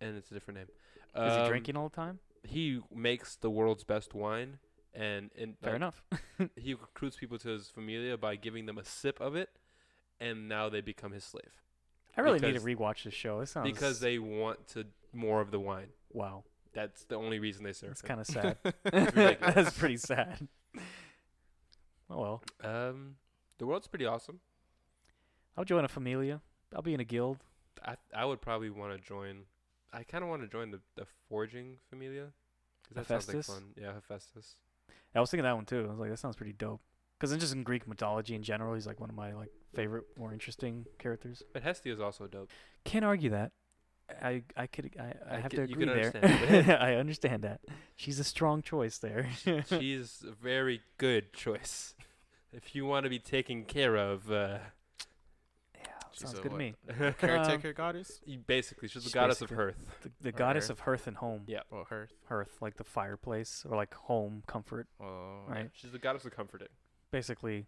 Speaker 2: and it's a different name.
Speaker 1: Is he
Speaker 2: Um,
Speaker 1: drinking all the time?
Speaker 2: He makes the world's best wine, and and
Speaker 1: Fair
Speaker 2: like,
Speaker 1: enough.
Speaker 2: he recruits people to his familia by giving them a sip of it, and now they become his slave
Speaker 1: I really need to
Speaker 2: because-
Speaker 1: rewatch Oh, this show. It sounds
Speaker 2: because they want to more of the wine.
Speaker 1: wow.
Speaker 2: That's the only reason they serve
Speaker 1: That's
Speaker 2: him.
Speaker 1: kind of sad.
Speaker 2: ridiculous.
Speaker 1: That's pretty sad. Oh well,
Speaker 2: um, the world's pretty awesome.
Speaker 1: I'll join a familia. I'll be in a guild.
Speaker 2: I I would probably want to join. I kind of want to join the the forging familia. 'cause That
Speaker 1: Hephaestus?
Speaker 2: sounds like fun. Yeah, Hephaestus.
Speaker 1: I was thinking that one too. I was like, that sounds pretty dope. Because then just in Greek mythology in general, he's like one of my like favorite, more interesting characters.
Speaker 2: But Hestia is also dope.
Speaker 1: Can't argue that. I I could I, I
Speaker 2: I
Speaker 1: have
Speaker 2: ca-
Speaker 1: to
Speaker 2: you
Speaker 1: agree
Speaker 2: can
Speaker 1: there.
Speaker 2: understand,
Speaker 1: I understand that. She's a strong choice there.
Speaker 2: She's a very good choice. If you want to be taken care of, uh,
Speaker 1: sounds
Speaker 3: a
Speaker 1: good to
Speaker 3: what?
Speaker 1: me. Um,
Speaker 3: Caretaker goddess?
Speaker 2: you basically she's the
Speaker 1: She's
Speaker 2: goddess
Speaker 1: basically-
Speaker 2: of Hearth.
Speaker 1: The, the goddess
Speaker 3: Earth.
Speaker 1: of hearth and home.
Speaker 2: Yeah.
Speaker 3: Or her?
Speaker 1: Hearth, like the fireplace or like home comfort,
Speaker 3: Oh,
Speaker 1: right?
Speaker 2: She's the goddess of comforting.
Speaker 1: Basically,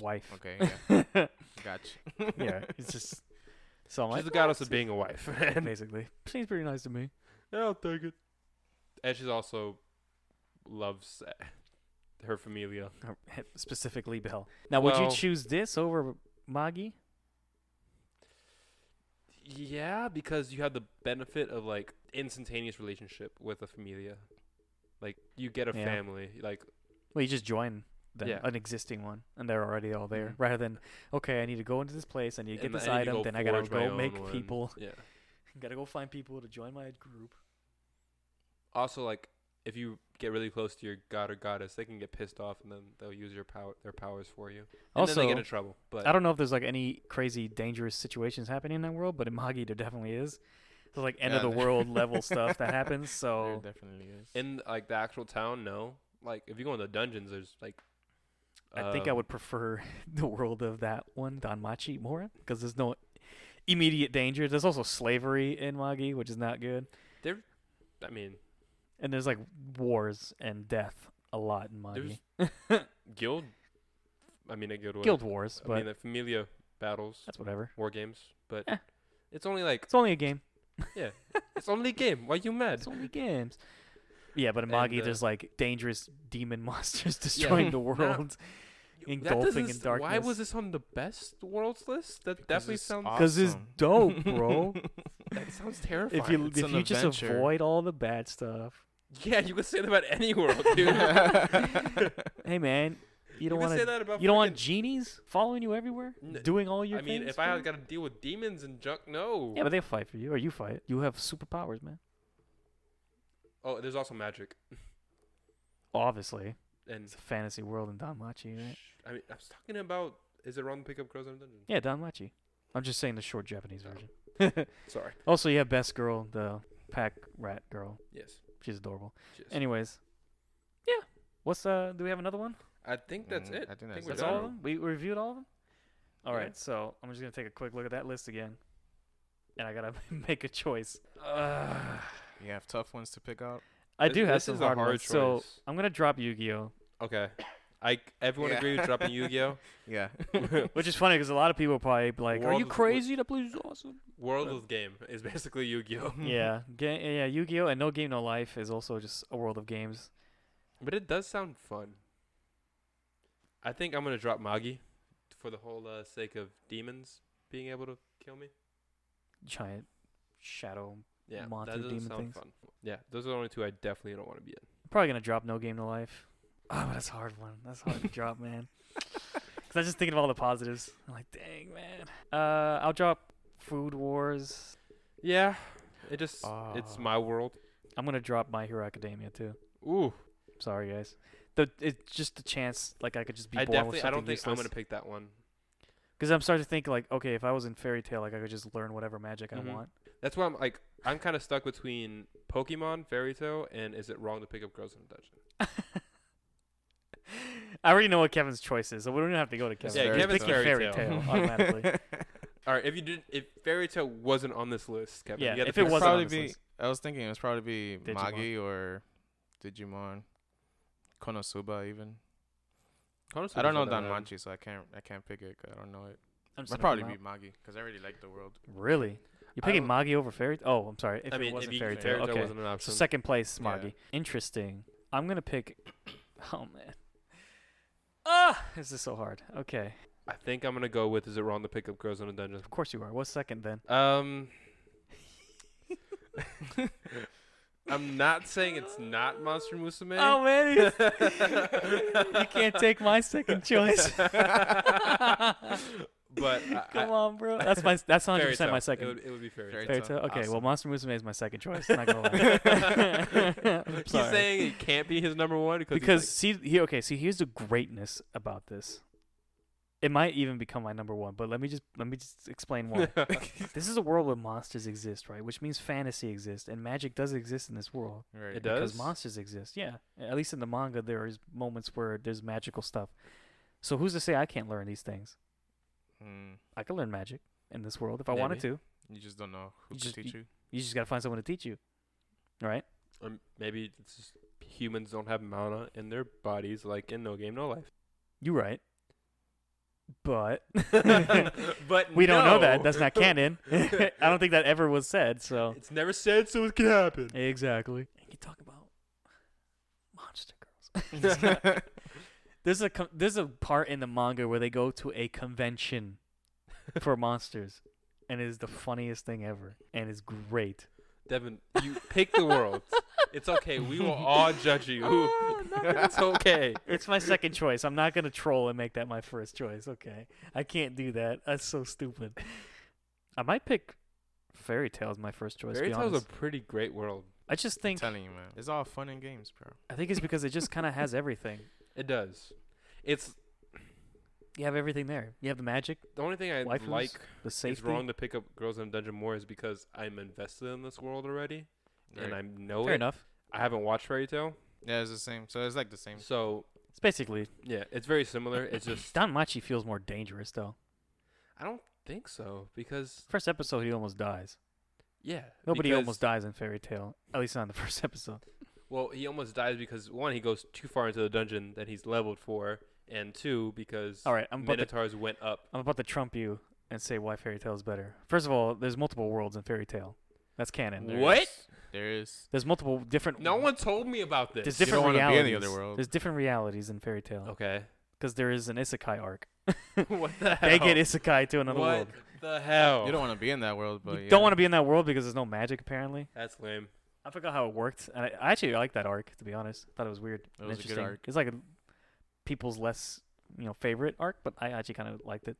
Speaker 1: wife.
Speaker 3: Okay,
Speaker 2: Oh,
Speaker 1: yeah,
Speaker 3: yeah. Gotcha.
Speaker 1: it's just so I'm
Speaker 2: She's
Speaker 1: like,
Speaker 2: the goddess of being a wife. and
Speaker 1: basically. Seems pretty nice to me. Oh,
Speaker 2: I'll take it. And she's also loves uh, her familia.
Speaker 1: Or Uh, Specifically, Bell. Now, would
Speaker 2: Well-
Speaker 1: you choose this over Magi?
Speaker 2: Yeah, because you have the benefit of like instantaneous relationship with a familia. Like you get a
Speaker 1: Yeah.
Speaker 2: family. Like
Speaker 1: Well, you just join them,
Speaker 2: Yeah.
Speaker 1: an existing one, and they're already all there.
Speaker 2: Mhm.
Speaker 1: Rather than okay, I need to go into this place, I need to get
Speaker 2: and
Speaker 1: this
Speaker 2: I need to
Speaker 1: item,
Speaker 2: go
Speaker 1: then I gotta
Speaker 2: forge my
Speaker 1: go
Speaker 2: own
Speaker 1: make
Speaker 2: one.
Speaker 1: people,
Speaker 2: Yeah.
Speaker 1: gotta go find people to join my group.
Speaker 2: also like if you get really close to your god or goddess, they can get pissed off, and then they'll use your power, their powers for you. And
Speaker 1: Also,
Speaker 2: then they get in trouble. But
Speaker 1: I don't know if there's like any crazy dangerous situations happening in that world, but in Magi there definitely is. There's like end of
Speaker 3: Yeah,
Speaker 1: the
Speaker 3: there-
Speaker 1: world level stuff that happens.
Speaker 3: There
Speaker 1: So
Speaker 3: definitely is.
Speaker 2: in like the actual town, no. Like if you go in the dungeons, there's like.
Speaker 1: I think I
Speaker 2: um,
Speaker 1: would prefer the world of that one, Danmachi, more because there's no immediate danger. There's also slavery in Magi, which is not good.
Speaker 2: um, I mean,
Speaker 1: And there's like wars and death a lot in Magi.
Speaker 2: guild. I mean, a guild. was-
Speaker 1: Guild wars,
Speaker 2: I
Speaker 1: but
Speaker 2: mean, the familia battles,
Speaker 1: that's whatever.
Speaker 2: war games, but
Speaker 1: Yeah.
Speaker 2: it's only like
Speaker 1: It's only a game.
Speaker 2: it's only a game. Why you mad?
Speaker 1: It's only games. Yeah, but in
Speaker 2: And,
Speaker 1: Magi,
Speaker 2: uh,
Speaker 1: there's like dangerous demon monsters destroying the
Speaker 2: Nah.
Speaker 1: world
Speaker 2: You- that
Speaker 1: engulfing
Speaker 2: doesn't-
Speaker 1: in
Speaker 2: Why
Speaker 1: darkness.
Speaker 2: was this on the best worlds list? That
Speaker 3: Because
Speaker 2: definitely
Speaker 3: it's
Speaker 2: sounds
Speaker 3: awesome.
Speaker 1: because it's dope, bro.
Speaker 2: that sounds terrifying.
Speaker 1: if you
Speaker 3: It's
Speaker 1: if
Speaker 3: an
Speaker 1: you just
Speaker 3: adventure.
Speaker 1: avoid all the bad stuff,
Speaker 2: yeah, you could say that about any world, dude.
Speaker 1: hey man, you don't
Speaker 2: could
Speaker 1: want
Speaker 2: say
Speaker 1: to
Speaker 2: that about
Speaker 1: you don't want
Speaker 2: freaking-
Speaker 1: genies following you everywhere,
Speaker 2: N-
Speaker 1: doing all your
Speaker 2: I mean,
Speaker 1: things
Speaker 2: if I
Speaker 1: for
Speaker 2: had
Speaker 1: you?
Speaker 2: got to deal with demons and junk, no.
Speaker 1: yeah, but they fight for you or you fight. You have superpowers, man.
Speaker 2: oh, there's also magic
Speaker 1: Obviously,
Speaker 2: and.
Speaker 1: it's a fantasy world in Don Machi, right?
Speaker 2: I mean, I was talking about. Is it wrong to pick up girls in a dungeon?
Speaker 1: Yeah, Don Machi. I'm just saying the short Japanese
Speaker 2: Oh.
Speaker 1: version.
Speaker 2: Sorry.
Speaker 1: also, you have best girl, the pack rat girl.
Speaker 2: Yes.
Speaker 1: She's adorable.
Speaker 2: Just.
Speaker 1: Anyways, yeah. What's uh? Do we have another one?
Speaker 2: I think that's
Speaker 3: Mm,
Speaker 2: it.
Speaker 3: I think that's
Speaker 2: we're
Speaker 1: That's
Speaker 2: done.
Speaker 1: all of them. We reviewed all of them. All right.
Speaker 2: Yeah.
Speaker 1: So I'm just gonna take a quick look at that list again, and I gotta make a choice. Uh,
Speaker 3: You have tough ones to pick out.
Speaker 1: I
Speaker 2: This-
Speaker 1: do have
Speaker 2: this
Speaker 1: some
Speaker 2: is a
Speaker 1: hard,
Speaker 2: hard
Speaker 1: ones. So
Speaker 2: choice.
Speaker 1: I'm gonna drop Yu-Gi-Oh,
Speaker 2: Okay. I everyone
Speaker 3: Yeah.
Speaker 2: agree with dropping Yu-Gi-Oh.
Speaker 3: Yeah.
Speaker 1: which is funny because a lot of people probably be like, "Are
Speaker 2: World
Speaker 1: you
Speaker 2: of-
Speaker 1: crazy? That blue's awesome."
Speaker 2: Worldless game is basically Yu-Gi-Oh.
Speaker 1: yeah. Ga- yeah. Yu-Gi-Oh and No Game No Life is also just a world of games.
Speaker 2: But it does sound fun. I think I'm gonna drop Magi, for the whole uh, sake of demons being able to kill me.
Speaker 1: Giant shadow.
Speaker 2: Yeah,
Speaker 1: Monster
Speaker 2: that doesn't
Speaker 1: demon
Speaker 2: sound
Speaker 1: things.
Speaker 2: fun. Yeah, those are the only two I definitely don't want to be in.
Speaker 1: I'm probably gonna drop No Game No Life. Oh, that's a hard one. That's hard to drop, man. Cause I'm just thinking of all the positives. I'm like, dang, man. Uh, I'll drop Food Wars.
Speaker 2: Yeah, it just it's
Speaker 3: Ah.
Speaker 2: my world.
Speaker 1: I'm gonna drop My Hero Academia too.
Speaker 2: Ooh,
Speaker 1: Sorry, guys. The it's just a chance. Like I could just be
Speaker 2: I
Speaker 1: born
Speaker 2: definitely
Speaker 1: with
Speaker 2: I
Speaker 1: something
Speaker 2: don't think I'm gonna
Speaker 1: useless.
Speaker 2: pick that one.
Speaker 1: Cause I'm starting to think like, okay, if I was in Fairy Tale, like I could just learn whatever magic
Speaker 2: Mhm.
Speaker 1: I want.
Speaker 2: That's why I'm like I'm kind of stuck between Pokemon, Fairy Tale, and is it wrong to pick up girls in a dungeon?
Speaker 1: I already know what Kevin's choice is, so we don't even have to go to Kevin.
Speaker 2: Yeah,
Speaker 1: Just
Speaker 2: Kevin's
Speaker 1: pick your
Speaker 2: Fairy Tale.
Speaker 1: automatically.
Speaker 2: All right, if you did, if Fairy Tale wasn't on this list, Kevin,
Speaker 1: Yeah,
Speaker 2: you gotta
Speaker 1: if it
Speaker 2: pick
Speaker 1: wasn't
Speaker 2: something.
Speaker 1: on
Speaker 3: probably
Speaker 1: this
Speaker 3: be.
Speaker 1: list.
Speaker 3: I was thinking it was probably
Speaker 1: Digimon.
Speaker 3: Magi or Digimon, Konosuba even.
Speaker 2: Konosuba's
Speaker 3: I don't know
Speaker 1: um,
Speaker 2: on that one.
Speaker 3: Danmachi, so I can't. I can't pick it. 'cause I don't know it.
Speaker 1: I'm just
Speaker 3: I'd
Speaker 1: gonna
Speaker 3: probably
Speaker 1: come
Speaker 3: be
Speaker 1: out.
Speaker 3: Magi because I really like the world.
Speaker 1: really. You're
Speaker 2: I
Speaker 1: picking
Speaker 2: would-
Speaker 1: Magi over Fairy? Oh, I'm sorry. If
Speaker 2: I mean,
Speaker 1: it wasn't
Speaker 2: if you,
Speaker 1: Fairy
Speaker 2: fairy
Speaker 1: Tale,
Speaker 2: tale
Speaker 1: okay.
Speaker 2: wasn't an
Speaker 1: So
Speaker 2: option.
Speaker 1: second place,
Speaker 3: Yeah.
Speaker 1: Margie. Interesting. I'm gonna pick. Oh man. Ah, this is so hard. Okay,
Speaker 2: I think I'm gonna go with is it wrong to pick up girls in a dungeon?
Speaker 1: of course you are. What's second then?
Speaker 2: Um, I'm not saying it's not Monster Musume.
Speaker 1: Oh man, it's- you can't take my second choice.
Speaker 2: but I-
Speaker 1: Come
Speaker 2: I-
Speaker 1: on, bro. That's my. That's 100
Speaker 2: Fairy
Speaker 1: percent
Speaker 2: Tail.
Speaker 1: my
Speaker 2: It
Speaker 1: second.
Speaker 2: would- It would, be fairy.
Speaker 3: Fairy
Speaker 2: Tale.
Speaker 1: Fairy
Speaker 3: Tail.
Speaker 1: Tale. Okay, well,
Speaker 3: Awesome.
Speaker 1: Monster Musume is my second choice. Not gonna lie. I'm
Speaker 2: He's
Speaker 1: sorry.
Speaker 2: saying it can't be his number one because, he's
Speaker 1: because see, he, okay, see, here's the greatness about this. It might even become my number one, but let me just let me just explain why.
Speaker 2: like-
Speaker 1: this is a world where monsters exist, right? Which means fantasy exists, and magic does exist in this world
Speaker 3: Right.
Speaker 2: It
Speaker 1: because
Speaker 2: does?
Speaker 1: monsters exist. Yeah, at least in the manga, there is moments where there's magical stuff. So who's to say I can't learn these things?
Speaker 3: Mm,
Speaker 1: I can learn magic in this world if I wanted to.
Speaker 3: you just don't know who
Speaker 1: You
Speaker 3: to
Speaker 1: just-
Speaker 3: teach you.
Speaker 1: You just gotta find someone to teach you, right?
Speaker 2: or Um, maybe it's just humans don't have mana in their bodies like in No Game No Life.
Speaker 1: You right. But
Speaker 2: but
Speaker 1: we don't know that.
Speaker 2: no.
Speaker 1: That's not canon. I don't think that ever was said. So
Speaker 2: It's never said, so it can happen.
Speaker 1: exactly. And you talk about monster girls. there's a com- there's a part in the manga where they go to a convention for monsters, and it is the funniest thing ever, and it's great.
Speaker 2: Devin, you pick the world. It's okay. We will all judge you.
Speaker 1: Ah, not gonna-
Speaker 2: it's okay.
Speaker 1: It's my second choice. I'm not gonna troll and make that my first choice. Okay, I can't do that. That's so stupid. I might pick Fairy Tale as my first choice. to
Speaker 2: Fairy
Speaker 1: be
Speaker 2: Tale's
Speaker 1: honest.
Speaker 2: a pretty great world.
Speaker 1: I just think
Speaker 3: telling you, man. It's all fun and games, bro.
Speaker 1: I think it's because it just kind of has everything.
Speaker 2: It does. It's
Speaker 1: You have everything there. You have the magic,
Speaker 2: the only thing I
Speaker 1: Waifus?
Speaker 2: like
Speaker 1: the safety.
Speaker 2: it's wrong to pick up Girls in a Dungeon more is because I'm invested in this world already and I know
Speaker 1: Fair
Speaker 2: it.
Speaker 1: enough.
Speaker 2: I haven't watched Fairy Tale,
Speaker 3: yeah, it's the same. So it's like the same.
Speaker 2: so
Speaker 1: It's basically
Speaker 2: yeah, it's very similar. It's just
Speaker 1: Don Machi feels more dangerous though.
Speaker 2: I don't think so because
Speaker 1: First episode, he almost dies.
Speaker 2: yeah,
Speaker 1: Nobody
Speaker 2: because-
Speaker 1: almost dies in Fairy Tale, at least not in the first episode.
Speaker 2: Well, he almost dies because one, he goes too far into the dungeon that he's leveled for, and two, because
Speaker 1: All right, I'm about to
Speaker 2: minotaurs went up.
Speaker 1: I'm about to trump you and say why Fairy Tale is better. First of all, there's multiple worlds in Fairy Tale. That's canon.
Speaker 2: Wha- What?
Speaker 3: is- There is.
Speaker 1: There's multiple different.
Speaker 2: No one told me about
Speaker 1: There's
Speaker 2: this.
Speaker 3: You don't
Speaker 1: different
Speaker 3: wanna be in the
Speaker 1: realities.
Speaker 3: other world.
Speaker 1: There's different realities in Fairy Tale
Speaker 2: Okay.
Speaker 1: because there is an isekai arc.
Speaker 2: what the hell?
Speaker 1: They get isekai to another
Speaker 2: what
Speaker 1: world.
Speaker 2: the hell?
Speaker 3: You don't want to be in that world, but
Speaker 1: Oh. you
Speaker 3: yeah.
Speaker 1: don't want to be in that world because there's no magic apparently.
Speaker 2: That's lame.
Speaker 1: I forgot how it worked, and I, I actually liked that arc to be honest. thought it was weird.
Speaker 3: It
Speaker 1: and
Speaker 3: was a good
Speaker 1: interesting.
Speaker 3: arc.
Speaker 1: It's like a, people's less you know favorite arc, but I actually kind of liked it.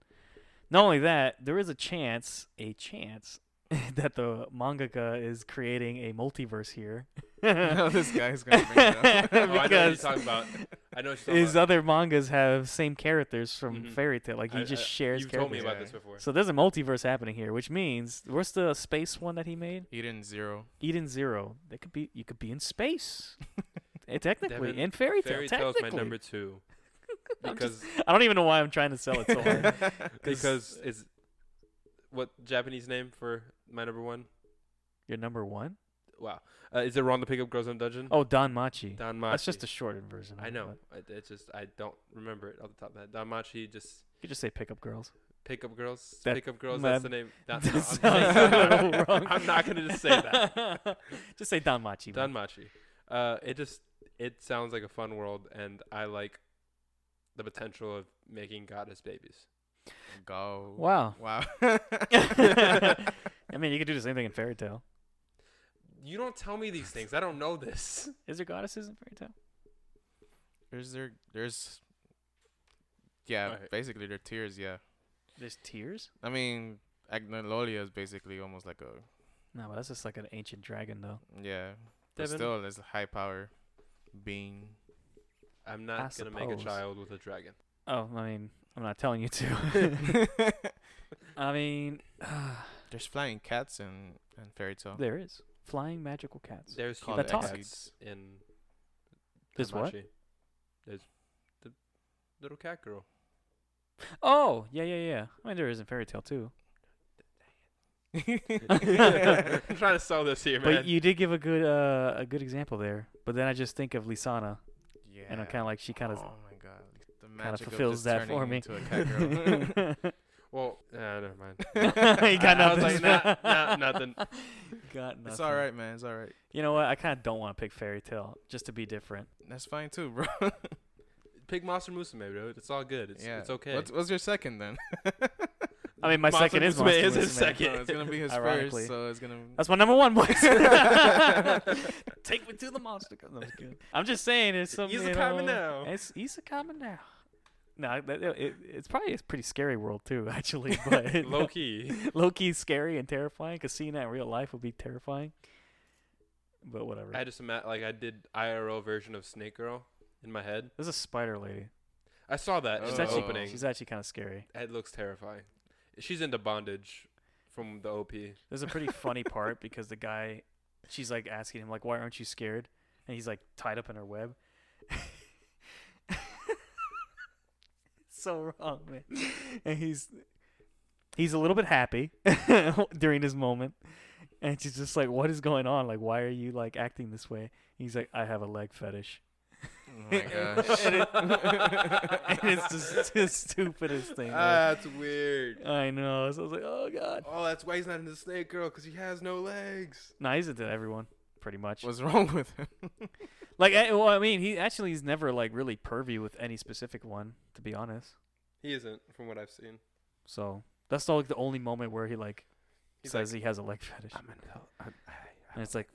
Speaker 1: Not only that, there is a chance, a chance that the mangaka is creating a multiverse here.
Speaker 3: No, this guy's gonna bring it up.
Speaker 2: Oh, I know what you're
Speaker 1: because
Speaker 2: talking about. I know what you're talking
Speaker 1: his
Speaker 2: about.
Speaker 1: other mangas have same characters from
Speaker 2: Mhm.
Speaker 1: Fairy Tale. Like he
Speaker 2: I-
Speaker 1: just
Speaker 2: I-
Speaker 1: shares
Speaker 2: You've told
Speaker 1: characters.
Speaker 2: me about
Speaker 3: Yeah.
Speaker 2: this before.
Speaker 1: So there's a multiverse happening here, which means what's the space one that he made?
Speaker 3: Eden Zero.
Speaker 1: Eden Zero. They could be. You could be in space. Eh, technically,
Speaker 2: Devin,
Speaker 1: in fairy tale.
Speaker 2: Fairy Tale is
Speaker 1: technically,
Speaker 2: my number two
Speaker 1: I'm
Speaker 2: because
Speaker 1: I don't even know why I'm trying to sell it so hard.
Speaker 2: because it's what Japanese name for my number one?
Speaker 1: Your number one?
Speaker 2: Wow, uh, is it wrong to pick up girls in a dungeon?
Speaker 1: Oh, Don Machi.
Speaker 2: Don
Speaker 1: That's just
Speaker 2: Machi.
Speaker 1: a shortened version. of
Speaker 2: I
Speaker 1: it,
Speaker 2: know.
Speaker 1: but
Speaker 2: I, it's just I don't remember it off the top of my head. Damachi just
Speaker 1: You could just say pickup girls.
Speaker 2: pick up girls.
Speaker 1: That-
Speaker 2: pick up girls.
Speaker 1: man,
Speaker 2: That's the name. That,
Speaker 1: that
Speaker 2: no, I'm,
Speaker 1: sounds
Speaker 2: saying-
Speaker 1: a little wrong.
Speaker 2: I'm not gonna just say that.
Speaker 1: just say Don Machi. man.
Speaker 2: Danmachi. Uh, it just it sounds like a fun world, and I like the potential of making goddess babies.
Speaker 3: Go.
Speaker 1: Wow.
Speaker 3: Wow.
Speaker 1: I mean, you could do the same thing in fairy tale.
Speaker 2: You don't tell me these things. I don't know this.
Speaker 1: Is there goddesses in fairy tale?
Speaker 3: There's there. There's. Yeah,
Speaker 2: Alright.
Speaker 3: basically they're tears. Yeah.
Speaker 1: There's tears.
Speaker 3: I mean, Agnololia is basically almost like a
Speaker 1: No, but that's just like an ancient dragon, though.
Speaker 3: yeah. But
Speaker 2: Devin?
Speaker 3: still, it's a high power being.
Speaker 2: I'm not
Speaker 1: I
Speaker 2: gonna make a
Speaker 1: suppose.
Speaker 2: child with a dragon.
Speaker 1: Oh, I mean, I'm not telling you to. I mean,
Speaker 3: There's flying cats and and fairy tale.
Speaker 1: there is flying magical cats.
Speaker 2: There's
Speaker 3: Call
Speaker 2: human
Speaker 1: it That's
Speaker 2: cats in
Speaker 1: There's what?
Speaker 2: Danmachi. There's the little cat girl.
Speaker 1: Oh, yeah, yeah, yeah. I mean, there is in fairy tale too.
Speaker 2: I'm trying to sell this here, man.
Speaker 1: But you did give a good uh, a good example there. But then I just think of Lisana,
Speaker 3: yeah.
Speaker 1: and I'm kind of like she kind of
Speaker 3: Oh my god. The magic
Speaker 1: kind of
Speaker 3: of
Speaker 1: fulfills
Speaker 3: just
Speaker 1: that
Speaker 3: turning
Speaker 1: for me.
Speaker 3: into a cat girl.
Speaker 2: well, uh, never mind.
Speaker 1: you got nothing.
Speaker 2: I was like, nah, nah, nothing.
Speaker 1: got nothing.
Speaker 3: it's all right, man. It's all right.
Speaker 1: You know what? I kind of don't want to pick fairy tale just to be different.
Speaker 3: That's fine too, bro.
Speaker 2: Pick Monster Musume, bro. It's all good. It's,
Speaker 3: yeah.
Speaker 2: it's okay.
Speaker 3: What's, what's your second then?
Speaker 1: I mean, my
Speaker 2: Monster
Speaker 1: second is
Speaker 2: Musume
Speaker 1: Monster
Speaker 2: is his
Speaker 1: Musume.
Speaker 2: second.
Speaker 3: No, it's gonna be his
Speaker 1: Ironically.
Speaker 3: first, so it's gonna.
Speaker 1: That's my number one, boys. Take me to the monster. No, I'm, just kidding. I'm just saying, it's some.
Speaker 2: He's
Speaker 1: you
Speaker 2: a common
Speaker 1: know,
Speaker 2: now.
Speaker 1: It's he's a common now. No, that, it, it's probably a pretty scary world too, actually. But
Speaker 2: Low key.
Speaker 1: low key scary and terrifying. Cause seeing that in real life would be terrifying. But whatever.
Speaker 2: I just ima- like I did IRL version of Snake Girl in my head.
Speaker 1: There's a spider lady.
Speaker 2: I saw that
Speaker 1: She's
Speaker 2: in the
Speaker 1: actually
Speaker 2: opening.
Speaker 1: Oh. she's actually kind of scary.
Speaker 2: It looks terrifying. She's into bondage from the OP.
Speaker 1: There's a pretty funny part because the guy, she's like asking him like, "Why aren't you scared?" And he's like tied up in her web. so wrong, man. And he's he's a little bit happy during this moment, and she's just like, "What is going on? Like, why are you like acting this way?" He's like, "I have a leg fetish."
Speaker 3: Oh my gosh.
Speaker 1: and, it- and it's just the stupidest thing.
Speaker 3: Uh.
Speaker 1: man.
Speaker 2: Ah, that's weird.
Speaker 1: I know. So I was like, "Oh God."
Speaker 2: Oh, that's why he's not into Snake Girl because he has no legs.
Speaker 1: No, he's into everyone, pretty much.
Speaker 3: What's wrong with him?
Speaker 1: Like, I, well, I mean, he actually is never like really pervy with any specific one, to be honest.
Speaker 2: He isn't, from what I've seen.
Speaker 1: So that's like the only moment where he like
Speaker 2: He's
Speaker 1: says he has a leg fetish. And it's like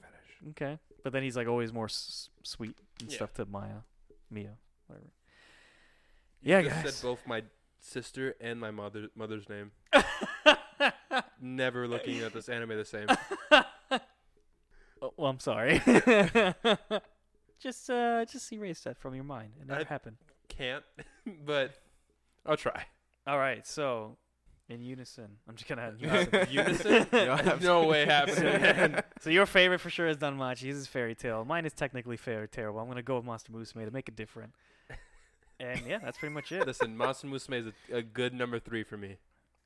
Speaker 1: okay, but then he's like always more s- sweet and
Speaker 2: Yeah.
Speaker 1: stuff to Maya, Mia, whatever. Yeah,
Speaker 2: just
Speaker 1: guys.
Speaker 2: said both my sister and my mother mother's name. Never looking at this anime the same.
Speaker 1: Oh, Well, I'm sorry. just uh, just erase that from your mind. It never
Speaker 2: I-
Speaker 1: happened.
Speaker 2: Can't, but I'll try.
Speaker 1: All right, so in unison, I'm just gonna.
Speaker 2: Uh, unison? no way happening.
Speaker 1: so your favorite for sure is Danmachi. His is Fairy Tale. Mine is technically Fairy Terrible. I'm gonna go with Monster Musume to make it different. And yeah, that's pretty much it.
Speaker 2: Listen, Monster Musume is a, a good number three for me.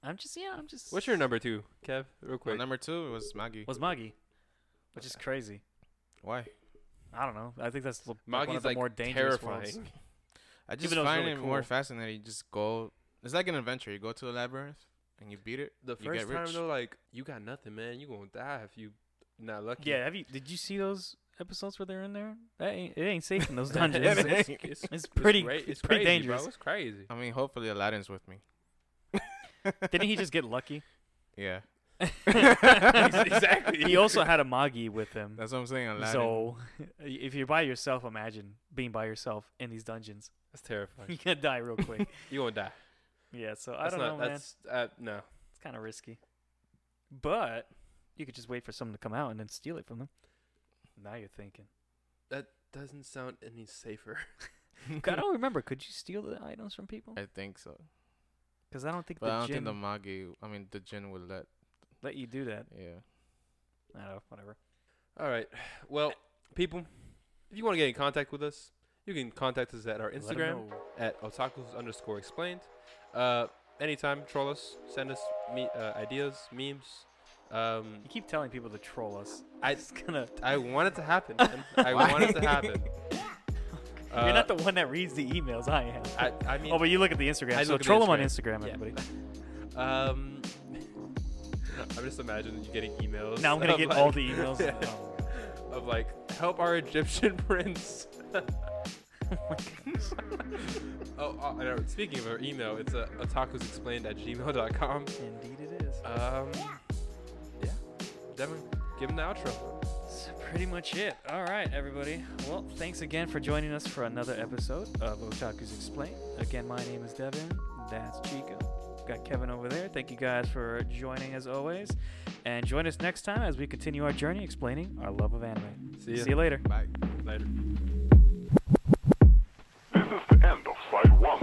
Speaker 1: I'm just yeah, I'm just.
Speaker 2: What's your number two, Kev? Real
Speaker 3: Well,
Speaker 2: quick.
Speaker 3: number two was Maggie.
Speaker 1: Was Magi, which is crazy.
Speaker 3: Why?
Speaker 1: I don't know. I think that's l- like one of
Speaker 2: Maggie's
Speaker 1: the
Speaker 2: like
Speaker 1: more dangerous worlds.
Speaker 2: terrifying.
Speaker 3: I just
Speaker 1: though it's
Speaker 3: find
Speaker 1: really
Speaker 3: it more
Speaker 1: cool.
Speaker 3: fascinating. You just go. It's like an adventure. You go to a labyrinth and you beat it.
Speaker 2: The
Speaker 3: You get
Speaker 2: first time
Speaker 3: rich.
Speaker 2: though, like you got nothing, man. You gonna die if you not lucky.
Speaker 1: Yeah, have you? Did you see those episodes where they're in there? That ain't, it ain't safe in those dungeons.
Speaker 2: It's-
Speaker 1: it's,
Speaker 2: it's,
Speaker 3: ain't.
Speaker 2: it's-
Speaker 1: it's
Speaker 2: it's
Speaker 1: pretty,
Speaker 2: ra-
Speaker 1: it's
Speaker 2: crazy,
Speaker 1: pretty
Speaker 2: bro.
Speaker 1: dangerous.
Speaker 2: It's crazy.
Speaker 3: I mean, hopefully Aladdin's with me.
Speaker 1: Didn't he just get lucky?
Speaker 3: Yeah,
Speaker 2: Exactly.
Speaker 1: He also had a Magi with him.
Speaker 3: that's what I'm saying. Aladdin.
Speaker 1: Mm. So, if you're by yourself, imagine being by yourself in these dungeons.
Speaker 2: That's terrifying.
Speaker 1: You're gonna die real quick.
Speaker 2: You gonna die.
Speaker 1: yeah, so I
Speaker 2: That's
Speaker 1: don't
Speaker 2: not,
Speaker 1: know, man.
Speaker 2: That's uh, no.
Speaker 1: It's kind of risky, but you could just wait for someone to come out and then steal it from them. Now you're thinking.
Speaker 2: That doesn't sound any safer.
Speaker 1: I don't remember. Could you steal the items from people?
Speaker 3: I think so,
Speaker 1: Because I don't think
Speaker 3: but I
Speaker 1: the
Speaker 3: don't
Speaker 1: gin
Speaker 3: think the Magi. I mean, the Jin would let.
Speaker 1: let you do that.
Speaker 3: Yeah.
Speaker 1: I don't know. Whatever.
Speaker 2: All right. Well, people, if you want to get in contact with us, you can contact us at our
Speaker 1: Let 'em
Speaker 2: Instagram
Speaker 1: know.
Speaker 2: at otakus underscore explained. Uh, anytime, troll us, send us me- uh, ideas, memes. Um,
Speaker 1: You keep telling people to troll us.
Speaker 2: I
Speaker 1: It's gonna.
Speaker 2: I want it to happen. man. I want it to happen. Uh,
Speaker 1: you're not the one that reads the emails. I am.
Speaker 2: I, I mean,
Speaker 1: oh, but you look at the Instagram.
Speaker 2: I
Speaker 1: so
Speaker 2: look at the
Speaker 1: troll them on
Speaker 2: Instagram.
Speaker 1: Instagram,
Speaker 2: Yeah.
Speaker 1: everybody.
Speaker 2: um, I'm just imagining you getting emails.
Speaker 1: Now I'm gonna
Speaker 2: of
Speaker 1: get
Speaker 2: like-
Speaker 1: all the emails.
Speaker 2: Yeah.
Speaker 1: Oh.
Speaker 2: of like help our Egyptian prince. oh, uh, and, uh, speaking of our email, it's uh, otakusexplained at gmail.com.
Speaker 1: Indeed, it is.
Speaker 2: Um, yeah, Devin, give him the outro.
Speaker 1: That's pretty much it. All right, everybody. Well, thanks again for joining us for another episode of Otaku's Explain. Again, my name is Devin. That's Chico. Got Kevin over there. Thank you guys for joining as always. And join us next time as we continue our journey explaining our love of anime.
Speaker 2: See ya.
Speaker 1: See you later.
Speaker 2: Later.
Speaker 4: This is the end of Site 1.